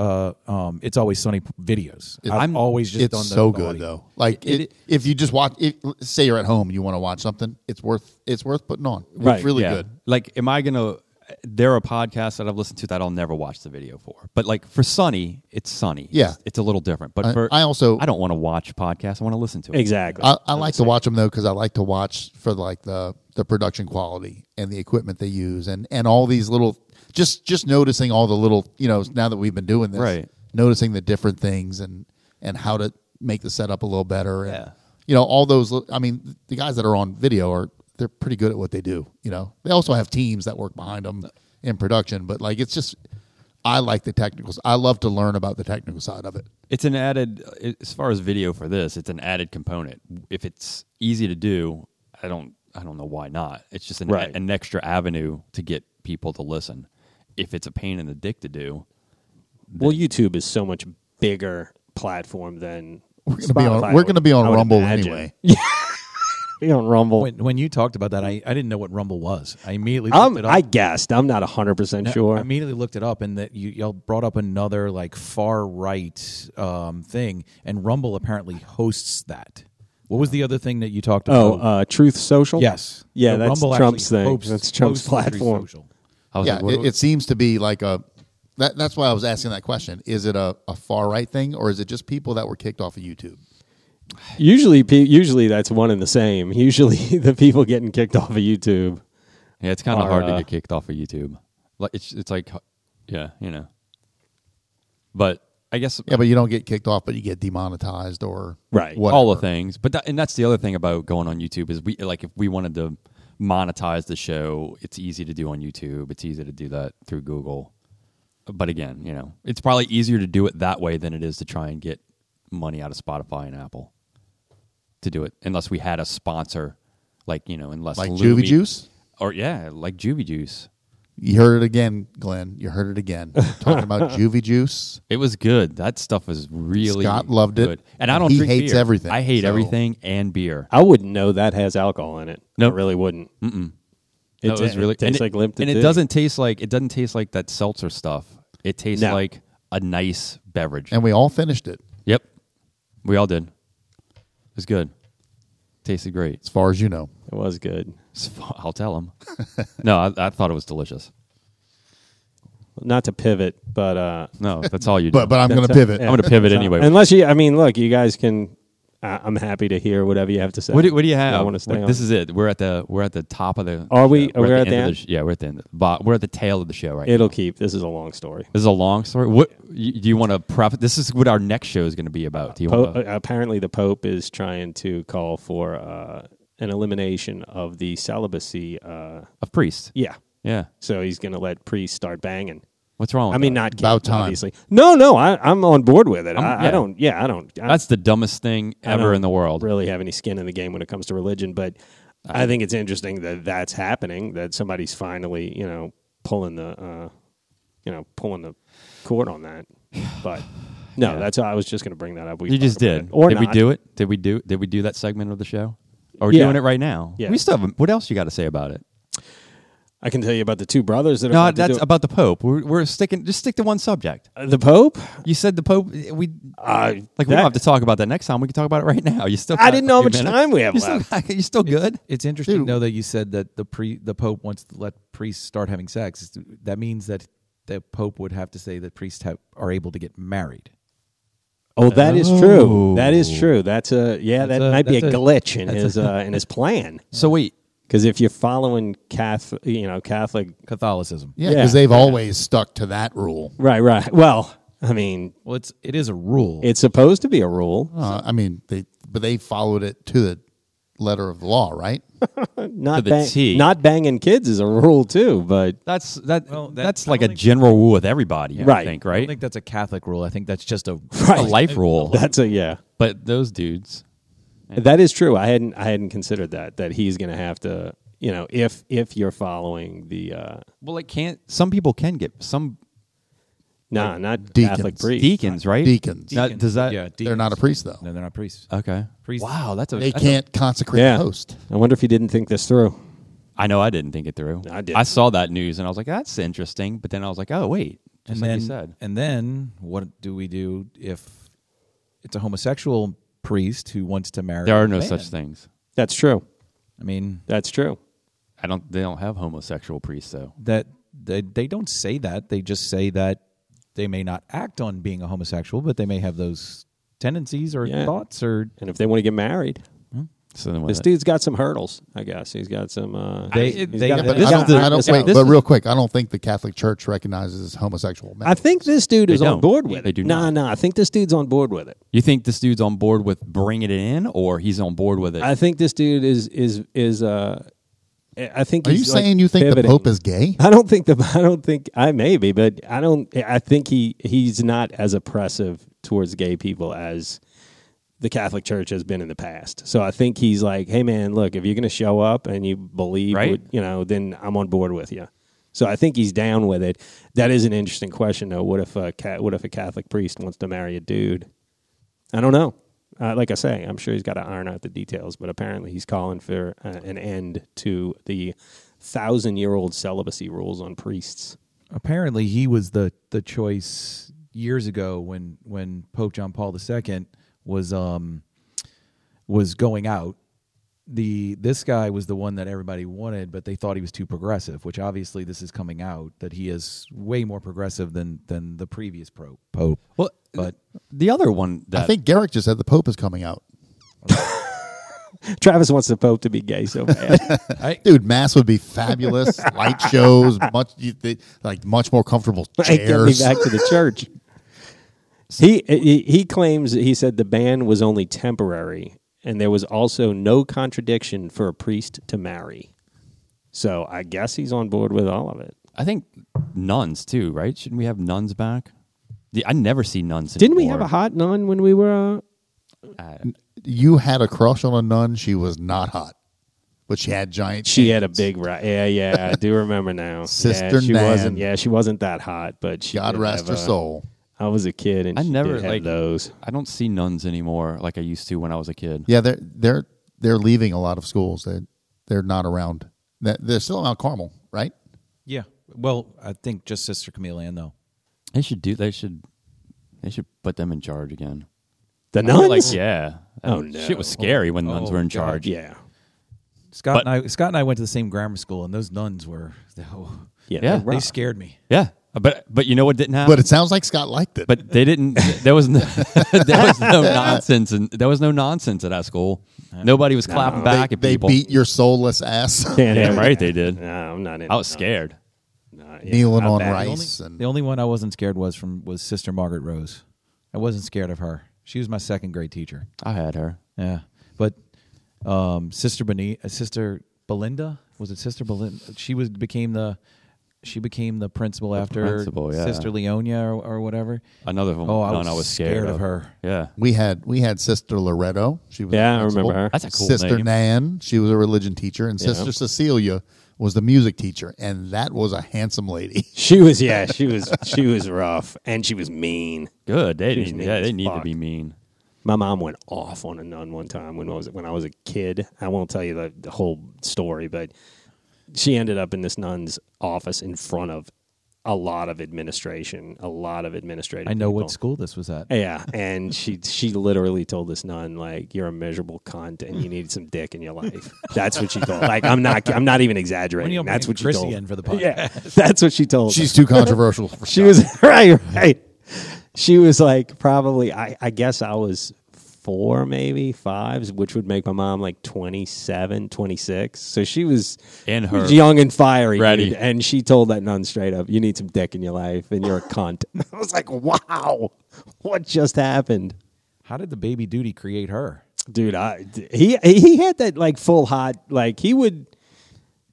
Speaker 3: uh, um, it's always sunny p- videos. I'm
Speaker 2: I'm-
Speaker 3: always just
Speaker 4: it's
Speaker 3: on the
Speaker 4: so
Speaker 3: the
Speaker 4: good
Speaker 3: audio.
Speaker 4: though. Like
Speaker 2: It-
Speaker 4: it, if you just watch, if, say you're at home, and you want to watch something. It's worth it's worth putting on. It's
Speaker 5: Right,
Speaker 4: really
Speaker 2: yeah.
Speaker 4: good.
Speaker 2: Like, am I gonna? There are podcasts that I've listened to that I'll never watch the video for. But like for Sunny, it's Sunny.
Speaker 4: Yeah.
Speaker 2: it's, it's a little different. But
Speaker 4: I-
Speaker 2: for
Speaker 4: I also-
Speaker 2: I don't want to watch podcasts. I want to listen to it.
Speaker 5: exactly.
Speaker 4: I, I like to watch them though because I like to watch for like the the production quality and the equipment they use and and all these little just just noticing all the little you know now that we've been doing this
Speaker 2: Right.
Speaker 4: noticing the different things and and how to make the setup a little better and
Speaker 2: Yeah.
Speaker 4: you know all those li- I mean the guys that are on video are they're pretty good at what they do you know they also have teams that work behind them in production but like it's just I like the technicals I love to learn about the technical side of it
Speaker 2: It's an added, as far as video for this, it's an added component. If it's easy to do, I don't, I don't know why not. It's just an,
Speaker 5: Right.
Speaker 2: an extra avenue to get people to listen. If it's a pain in the dick to do,
Speaker 5: well, YouTube is so much bigger platform than we're
Speaker 4: gonna be on- we're gonna be on Rumble anyway.
Speaker 5: be on Rumble.
Speaker 3: When, when you talked about that, I, I didn't know what Rumble was. I immediately looked
Speaker 5: I'm,
Speaker 3: it up.
Speaker 5: Um, I guessed. I'm not 100% sure.
Speaker 3: I immediately looked it up, and that you y'all brought up another like far right um, thing, and Rumble apparently hosts that. What was the other thing that you talked about?
Speaker 5: oh, uh, Truth Social?
Speaker 3: yes,
Speaker 5: Yeah,
Speaker 3: The
Speaker 5: that's
Speaker 3: Rumble
Speaker 5: Trump's
Speaker 3: actually
Speaker 5: thing.
Speaker 3: hosts-
Speaker 5: that's Trump's
Speaker 3: hosts the Truth
Speaker 5: platform.
Speaker 3: Social.
Speaker 2: I was
Speaker 4: yeah,
Speaker 2: like, what-
Speaker 4: it, it seems to be like a. That, that's why I was asking that question. Is it a, a far right thing, or is it just people that were kicked off of YouTube?
Speaker 5: Usually, pe- usually that's one and the same. (laughs) Usually, the people getting kicked off of YouTube.
Speaker 2: yeah, it's kind of
Speaker 5: Or,
Speaker 2: hard to
Speaker 5: uh,
Speaker 2: get kicked off of YouTube. Like it's, it's like, yeah, you know. But I guess
Speaker 4: Yeah, but you don't get kicked off, but you get demonetized or
Speaker 5: Right.
Speaker 4: whatever.
Speaker 2: all the things. But that, and that's the other thing about going on YouTube is we like if we wanted to monetize the show, it's easy to do on YouTube. It's easy to do that through Google. But again, you know, it's probably easier to do it that way than it is to try and get money out of Spotify and Apple to do it, unless we had a sponsor, like you know, unless
Speaker 4: like
Speaker 2: Lumi-
Speaker 4: Juvie Juice.
Speaker 2: or yeah, like Juvie Juice.
Speaker 4: You heard it again, Glenn. You heard it again. Talking about juvie juice.
Speaker 2: It was good. That stuff was really
Speaker 4: Scott loved it.
Speaker 2: good. And I don't
Speaker 4: He
Speaker 2: drink
Speaker 4: hates
Speaker 2: beer.
Speaker 4: everything,
Speaker 2: I hate
Speaker 4: so-
Speaker 2: everything and beer.
Speaker 5: I wouldn't know that has alcohol in it.
Speaker 2: Nope.
Speaker 5: I really wouldn't. Mm-mm. It,
Speaker 2: No,
Speaker 5: ta-
Speaker 2: was really
Speaker 5: it
Speaker 2: and
Speaker 5: tastes like Lipton.
Speaker 2: and it
Speaker 5: tea.
Speaker 2: doesn't taste like it doesn't taste like that seltzer stuff. It tastes
Speaker 5: No.
Speaker 2: like a nice beverage.
Speaker 4: And we all finished it,
Speaker 2: yep, we all did. It was good. Tasted great.
Speaker 4: as far as you know.
Speaker 5: It was good.
Speaker 2: It's fu- I'll tell him. (laughs) no, I, I thought it was delicious.
Speaker 5: Not to pivot, but uh,
Speaker 2: No, that's all you.
Speaker 4: But
Speaker 2: do.
Speaker 4: but I'm going to
Speaker 5: That's-
Speaker 4: pivot.
Speaker 2: I'm going to
Speaker 5: (laughs)
Speaker 2: pivot anyway.
Speaker 5: unless you, I mean, look, you guys can. I I'm happy to hear whatever you have to say.
Speaker 2: What do, what do you have?
Speaker 5: I want to stay
Speaker 2: What-
Speaker 5: on.
Speaker 2: This is it. We're at the we're at the top of the.
Speaker 5: Are we-
Speaker 2: uh,
Speaker 5: are we
Speaker 2: we're
Speaker 5: at the
Speaker 2: end
Speaker 5: end?
Speaker 2: of sh- yeah, we're at the end. Bo- We're at the tail of the show right now.
Speaker 5: It'll keep. This is a long story.
Speaker 2: This is a long story. What you, do you want to profit? This is what our next show is going to be about. Do you
Speaker 5: Po- uh,
Speaker 2: want? to
Speaker 5: apparently, the Pope is trying to call for uh, an elimination of the celibacy. Uh,
Speaker 2: a priest?
Speaker 5: yeah,
Speaker 2: Yeah.
Speaker 5: so he's going to let priests start banging.
Speaker 2: What's wrong? With
Speaker 5: I mean,
Speaker 2: that?
Speaker 5: not kids,
Speaker 4: About time.
Speaker 5: obviously. No, no, I, I'm on board with it. I,
Speaker 2: I'm-
Speaker 5: I
Speaker 2: yeah.
Speaker 5: don't. Yeah, I don't. I,
Speaker 2: that's the dumbest thing
Speaker 5: I
Speaker 2: ever
Speaker 5: don't
Speaker 2: in the world. Uh,
Speaker 5: Really have any skin in the game when it comes to religion, but I think it's interesting that that's happening. That somebody's finally, you know, pulling the, uh, you know, pulling the cord
Speaker 2: (sighs)
Speaker 5: on that. But no,
Speaker 2: Yeah.
Speaker 5: that's. I was just going to bring that up. We
Speaker 2: You just
Speaker 5: talked
Speaker 2: did.
Speaker 5: about it. or
Speaker 2: did we
Speaker 5: not.
Speaker 2: do it? Did we do? Did we do that segment of the show? Or we're
Speaker 5: Yeah.
Speaker 2: doing it right now?
Speaker 5: Yeah.
Speaker 2: We still have. What else you got to say about it?
Speaker 5: I can tell you about the two brothers that are.
Speaker 2: No,
Speaker 5: about to
Speaker 2: that's
Speaker 5: do it.
Speaker 2: about the Pope. We're, we're sticking. Just stick to one subject.
Speaker 5: Uh, the Pope.
Speaker 2: You said the Pope. We
Speaker 5: Uh,
Speaker 2: like we
Speaker 5: that-
Speaker 2: don't have to talk about that next time. We can talk about it right now. You still.
Speaker 5: I
Speaker 2: got
Speaker 5: didn't
Speaker 2: a
Speaker 5: know how
Speaker 2: few
Speaker 5: much time we have
Speaker 2: You're still- you're still good.
Speaker 3: It's interesting though that you said that the pre the Pope wants to let priests start having sex. That means that the Pope would have to say that priests have, are able to get married.
Speaker 5: Oh, that is true. That is true. That's a yeah.
Speaker 3: That's
Speaker 5: that
Speaker 3: a-
Speaker 5: might be a
Speaker 3: that's a-
Speaker 5: glitch in his uh, in his plan.
Speaker 2: So wait.
Speaker 5: Because if you're following Catholic, you know Catholic
Speaker 3: Catholicism.
Speaker 4: Yeah,
Speaker 5: Yeah.
Speaker 4: because they've always stuck to that rule.
Speaker 5: Right, right. Well, I mean,
Speaker 3: Well, it's it is a rule.
Speaker 5: it's supposed to be a rule,
Speaker 4: Uh, I mean, they but they followed it to the letter of the law, right?
Speaker 5: not
Speaker 2: the
Speaker 5: bang,
Speaker 2: T.
Speaker 5: not banging kids is a rule too, but
Speaker 2: That's that.
Speaker 3: Well, that-
Speaker 2: that's
Speaker 3: I
Speaker 2: like
Speaker 3: don't
Speaker 2: a
Speaker 3: think-
Speaker 2: general rule with everybody. I
Speaker 5: Right.
Speaker 2: think
Speaker 3: I
Speaker 2: right.
Speaker 3: don't think that's a Catholic rule. I think that's
Speaker 2: (laughs)
Speaker 3: just a
Speaker 5: (laughs)
Speaker 2: a life rule.
Speaker 5: that's a yeah.
Speaker 2: but those dudes.
Speaker 5: That is true. I hadn't I hadn't considered that that he's going to have to, you know, if if you're following the uh
Speaker 2: Well, it can't. Some people can get some
Speaker 5: nah, not
Speaker 4: deacons.
Speaker 5: Catholic priest.
Speaker 2: deacons, right?
Speaker 4: Deacons.
Speaker 2: Now, does that? Uh,
Speaker 3: yeah,
Speaker 4: They're not a priest though.
Speaker 3: No, they're not priests.
Speaker 2: Okay.
Speaker 3: Priests.
Speaker 2: Wow, that's a.
Speaker 4: They
Speaker 2: that's a-
Speaker 4: can't consecrate
Speaker 5: Yeah.
Speaker 4: the host.
Speaker 5: I wonder if he didn't think this through.
Speaker 2: I know I didn't think it through.
Speaker 5: I did.
Speaker 2: I saw that news and I was like, that's interesting. But then I was like, oh wait, just
Speaker 3: and
Speaker 2: like
Speaker 3: then,
Speaker 2: you said.
Speaker 3: and then what do we do if it's a homosexual priest who wants to marry?
Speaker 2: There are
Speaker 3: a
Speaker 2: no
Speaker 3: man?
Speaker 2: such things.
Speaker 5: That's true.
Speaker 3: I mean
Speaker 5: That's true.
Speaker 2: I don't. They don't have homosexual priests though.
Speaker 3: that they, they don't say that. They just say that they may not act on being a homosexual, but they may have those tendencies or
Speaker 5: Yeah.
Speaker 3: thoughts or
Speaker 5: And if they want to get married,
Speaker 2: So then
Speaker 5: this
Speaker 2: what?
Speaker 5: dude's got some hurdles. I guess he's got some. Uh,
Speaker 3: They-
Speaker 5: he's
Speaker 3: they-
Speaker 5: got-
Speaker 3: Yeah,
Speaker 4: But
Speaker 5: he's
Speaker 4: I
Speaker 5: got
Speaker 4: don't,
Speaker 5: some
Speaker 4: I don't
Speaker 5: this-
Speaker 4: wait,
Speaker 2: this
Speaker 4: but
Speaker 2: is-
Speaker 4: real quick, I don't think the Catholic Church recognizes homosexual men.
Speaker 5: I think this dude is on
Speaker 2: don't.
Speaker 5: board with
Speaker 2: They
Speaker 5: it.
Speaker 2: do
Speaker 5: nah,
Speaker 2: not.
Speaker 5: nah. I think this dude's on board with it.
Speaker 2: You think this dude's on board with bringing it in, or he's on board with it?
Speaker 5: I think this dude is is is uh I think
Speaker 4: Are you
Speaker 5: he's, like,
Speaker 4: saying you think the
Speaker 5: pivoting.
Speaker 4: Pope is gay?
Speaker 5: I don't think the (laughs) I don't think I may be, but I don't I think he he's not as oppressive towards gay people as the Catholic Church has been in the past. So I think he's like, "Hey man, look, if you're going to show up and you believe
Speaker 2: Right.
Speaker 5: what, you know, then I'm on board with you." So I think he's down with it. That is an interesting question though. What if a cat what if a Catholic priest wants to marry a dude? I don't know. Uh, like I say, I'm sure he's got to iron out the details, but apparently he's calling for uh, an end to the thousand year old celibacy rules on priests.
Speaker 3: apparently he was the the choice years ago when when Pope John Paul II was um was going out. The this guy was the one that everybody wanted, but they thought he was too progressive. Which obviously this is coming out that he is way more progressive than than the previous pro, pope.
Speaker 2: well,
Speaker 3: but-
Speaker 2: the other one that
Speaker 4: I think Garrick just said the Pope is coming out.
Speaker 5: Travis wants the Pope to be gay so bad.
Speaker 4: Dude, mass would be
Speaker 5: (laughs)
Speaker 4: fabulous. Light shows, much you think- like much more comfortable
Speaker 5: Take me
Speaker 4: chairs.
Speaker 5: back to the (laughs) church. He, he he claims he said the ban was only temporary, and there was also no contradiction for a priest to marry. So I guess he's on board with all of it.
Speaker 2: I think nuns too, right? Shouldn't we have nuns back? The, I never see nuns.
Speaker 5: Didn't we
Speaker 2: anymore.
Speaker 5: have a hot nun when we were? Uh,
Speaker 4: You had a crush on a nun. She was not hot. but she had giant.
Speaker 5: She had a
Speaker 4: chains.
Speaker 5: big ri Yeah, yeah, I do remember (laughs) now. yeah,
Speaker 4: Sister
Speaker 5: she wasn't.
Speaker 4: Nan.
Speaker 5: Yeah, she wasn't that hot, but she.
Speaker 4: God
Speaker 5: did
Speaker 4: rest her
Speaker 5: have a-
Speaker 4: soul.
Speaker 5: I was a kid, and
Speaker 2: I
Speaker 5: she
Speaker 2: never,
Speaker 5: did have
Speaker 2: like-
Speaker 5: those.
Speaker 2: I don't see nuns anymore like I used to when I was a kid.
Speaker 4: Yeah, they're they're they're leaving a lot of schools. They they're not around. That- They're still in Mount Carmel, right?
Speaker 3: Yeah. Well, I think just Sister Camille Ann though.
Speaker 2: They should do. They should. They should put them in charge again.
Speaker 5: The
Speaker 2: I feel
Speaker 5: nuns.
Speaker 2: Like yeah.
Speaker 5: Oh,
Speaker 2: That
Speaker 5: no.
Speaker 2: Shit was scary when nuns
Speaker 3: Oh,
Speaker 2: were in
Speaker 3: God.
Speaker 2: charge.
Speaker 5: yeah,
Speaker 3: Scott
Speaker 2: But-
Speaker 3: and I Scott and I went to the same grammar school and those nuns were (laughs) oh,
Speaker 5: yeah,
Speaker 2: Yeah.
Speaker 5: they're
Speaker 3: they
Speaker 5: rough.
Speaker 3: scared me.
Speaker 2: Yeah. But but you know what
Speaker 5: Um,
Speaker 2: didn't happen.
Speaker 4: But it sounds like Scott liked it.
Speaker 2: But they didn't. There was no, (laughs) there was no nonsense, and there was no nonsense at that school. Nobody was clapping
Speaker 4: they,
Speaker 2: back at
Speaker 4: they
Speaker 2: people.
Speaker 4: beat your soulless ass,
Speaker 2: Damn
Speaker 5: Can't have
Speaker 2: right
Speaker 5: that.
Speaker 2: they did.
Speaker 5: No, I'm not. In
Speaker 2: I was scared.
Speaker 4: kneeling on
Speaker 3: The only,
Speaker 4: rice, and
Speaker 3: the only one I wasn't scared was from was Sister Margaret Rose. I wasn't scared of her. She was my second grade teacher.
Speaker 2: I had her.
Speaker 3: Yeah, but um, Sister Beni- uh, Sister Belinda was it Sister Belinda? She was became the she became the principal after
Speaker 2: principal, yeah.
Speaker 3: Sister Leonia or, or whatever.
Speaker 2: Another one.
Speaker 3: Oh, I
Speaker 2: nun
Speaker 3: was
Speaker 2: I was scared,
Speaker 3: scared of her.
Speaker 2: Yeah.
Speaker 4: we had we had Sister Loretto. She was the
Speaker 5: Yeah, I
Speaker 4: principal.
Speaker 5: remember her.
Speaker 2: That's a cool
Speaker 4: Sister
Speaker 2: name.
Speaker 4: Nan, she was a religion teacher, and Sister Cecilia was the music teacher, and that was a handsome lady. (laughs)
Speaker 5: She was. Yeah, she was. she was rough, and she was mean.
Speaker 2: Good. They
Speaker 5: She was
Speaker 2: didn't.
Speaker 5: mean
Speaker 2: Yeah,
Speaker 5: as
Speaker 2: they need to
Speaker 5: fuck.
Speaker 2: be mean.
Speaker 5: My mom went off on a nun one time when I was when I was a kid. I won't tell you the, the whole story, but she ended up in this nun's office in front of a lot of administration, a lot of administrative.
Speaker 3: I know
Speaker 5: people.
Speaker 3: what school this was at.
Speaker 5: Yeah, and she she literally told this nun like you're a miserable cunt and you need some dick in your life. That's what she told. Like I'm not I'm not even exaggerating.
Speaker 3: When you
Speaker 5: that's
Speaker 3: bring
Speaker 5: what she
Speaker 3: Chrissy
Speaker 5: told.
Speaker 3: in for the podcast.
Speaker 5: (laughs) Yeah, that's what she told.
Speaker 4: She's too controversial.
Speaker 5: (laughs)
Speaker 4: For
Speaker 5: She was right, right. She was like probably I, I guess I was four, maybe fives, which would make my mom like 27, 26. So she was
Speaker 2: And her.
Speaker 5: young and fiery.
Speaker 2: Ready.
Speaker 5: dude. And she told that nun straight up, you need some dick in your life and you're a cunt. (laughs) I was like, wow, what just happened?
Speaker 3: How did the baby duty create her?
Speaker 5: Dude, I he he had that like full hot like he would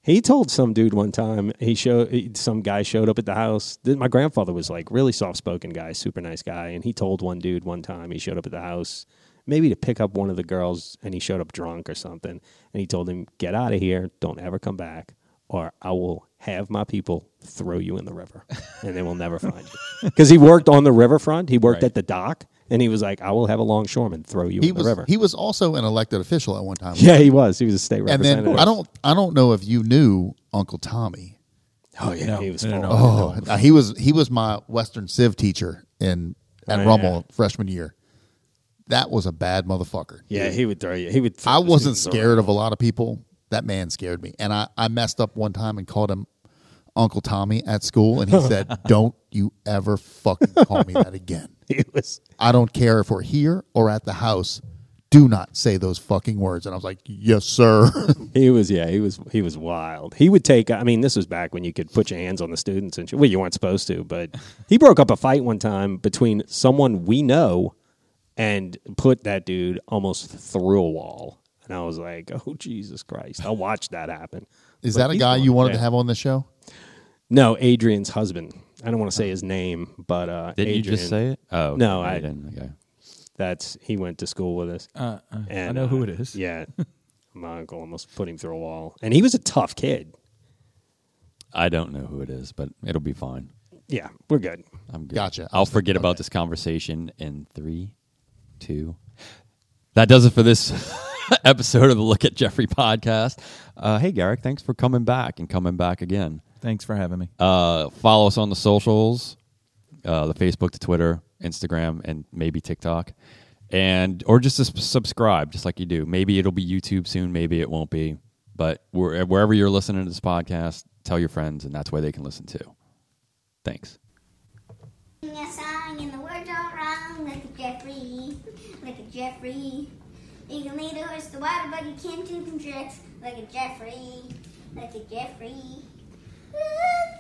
Speaker 5: he told some dude one time he showed he- some guy showed up at the house. Th- My grandfather was like really soft spoken guy, super nice guy, and he told one dude one time he showed up at the house maybe to pick up one of the girls, and he showed up drunk or something, and he told him get out of here, don't ever come back, or I will have my people throw you in the river, and they will never find
Speaker 4: (laughs)
Speaker 5: you because he worked on the riverfront, he worked at the dock. And he was like, "I will have a longshoreman throw you
Speaker 4: he
Speaker 5: in the
Speaker 4: was
Speaker 5: river."
Speaker 4: he was also an elected official at one time.
Speaker 5: Yeah, he was. He was a state
Speaker 4: and
Speaker 5: representative.
Speaker 4: then I don't I don't know if you knew Uncle Tommy.
Speaker 5: Oh yeah, he was.
Speaker 3: no, no,
Speaker 5: full.
Speaker 3: no.
Speaker 4: Oh, uh, he was he was my Western Civ teacher in at
Speaker 5: Oh,
Speaker 4: Rummel
Speaker 5: yeah.
Speaker 4: freshman year. That was a bad motherfucker.
Speaker 5: Yeah, he would throw you. He would. throw
Speaker 4: I
Speaker 5: those
Speaker 4: wasn't
Speaker 5: dudes
Speaker 4: scared of a lot of people. That man scared me, and I I messed up one time and called him Uncle Tommy at school, and he
Speaker 2: (laughs)
Speaker 4: said, "Don't you ever fucking call me that again."
Speaker 5: around. (laughs) He was.
Speaker 4: I don't care if we're here or at the house. Do not say those fucking words. And I was like, yes, sir. (laughs)
Speaker 5: He was. Yeah, he was. He was wild. He would take. I mean, this was back when you could put your hands on the students and shit. Well, you weren't supposed to, but (laughs) he broke up a fight one time between someone we know and put that dude almost through a wall. And I was like, oh Jesus Christ! I watched that happen.
Speaker 4: Is that a guy you wanted to have on the show?
Speaker 5: No, Adrian's husband. I don't want to say his name, but uh,
Speaker 2: Didn't you
Speaker 5: Adrian-
Speaker 2: just say it? Oh
Speaker 5: No,
Speaker 2: okay,
Speaker 5: I-
Speaker 2: didn't. Okay.
Speaker 5: That's he went to school with us.
Speaker 3: Uh, uh,
Speaker 5: And,
Speaker 3: I know who
Speaker 5: uh,
Speaker 3: it is.
Speaker 5: Yeah, my uncle almost put him through a wall, and he was a tough kid.
Speaker 2: I don't know who it is, but it'll be fine.
Speaker 5: Yeah, we're good.
Speaker 2: I'm good.
Speaker 4: Gotcha.
Speaker 2: I'll forget about this conversation in three, two. That does it for this (laughs) episode of the Look at Jeffrey podcast. Uh, hey, Garrick, thanks for coming back and coming back again.
Speaker 3: Thanks for having me.
Speaker 2: Uh, follow us on the socials, uh, the Facebook, the Twitter, Instagram, and maybe TikTok, and or just s- subscribe, just like you do. Maybe it'll be YouTube soon, maybe it won't be, but where- wherever you're listening to this podcast, tell your friends, and that's where they can listen too. Thanks.
Speaker 6: Sing a song and the words aren't wrong. Look at Jeffrey. Look at Jeffrey. You can lead a horse to water, but you can't do them tricks. Look at Jeffrey. Look at Jeffrey. Look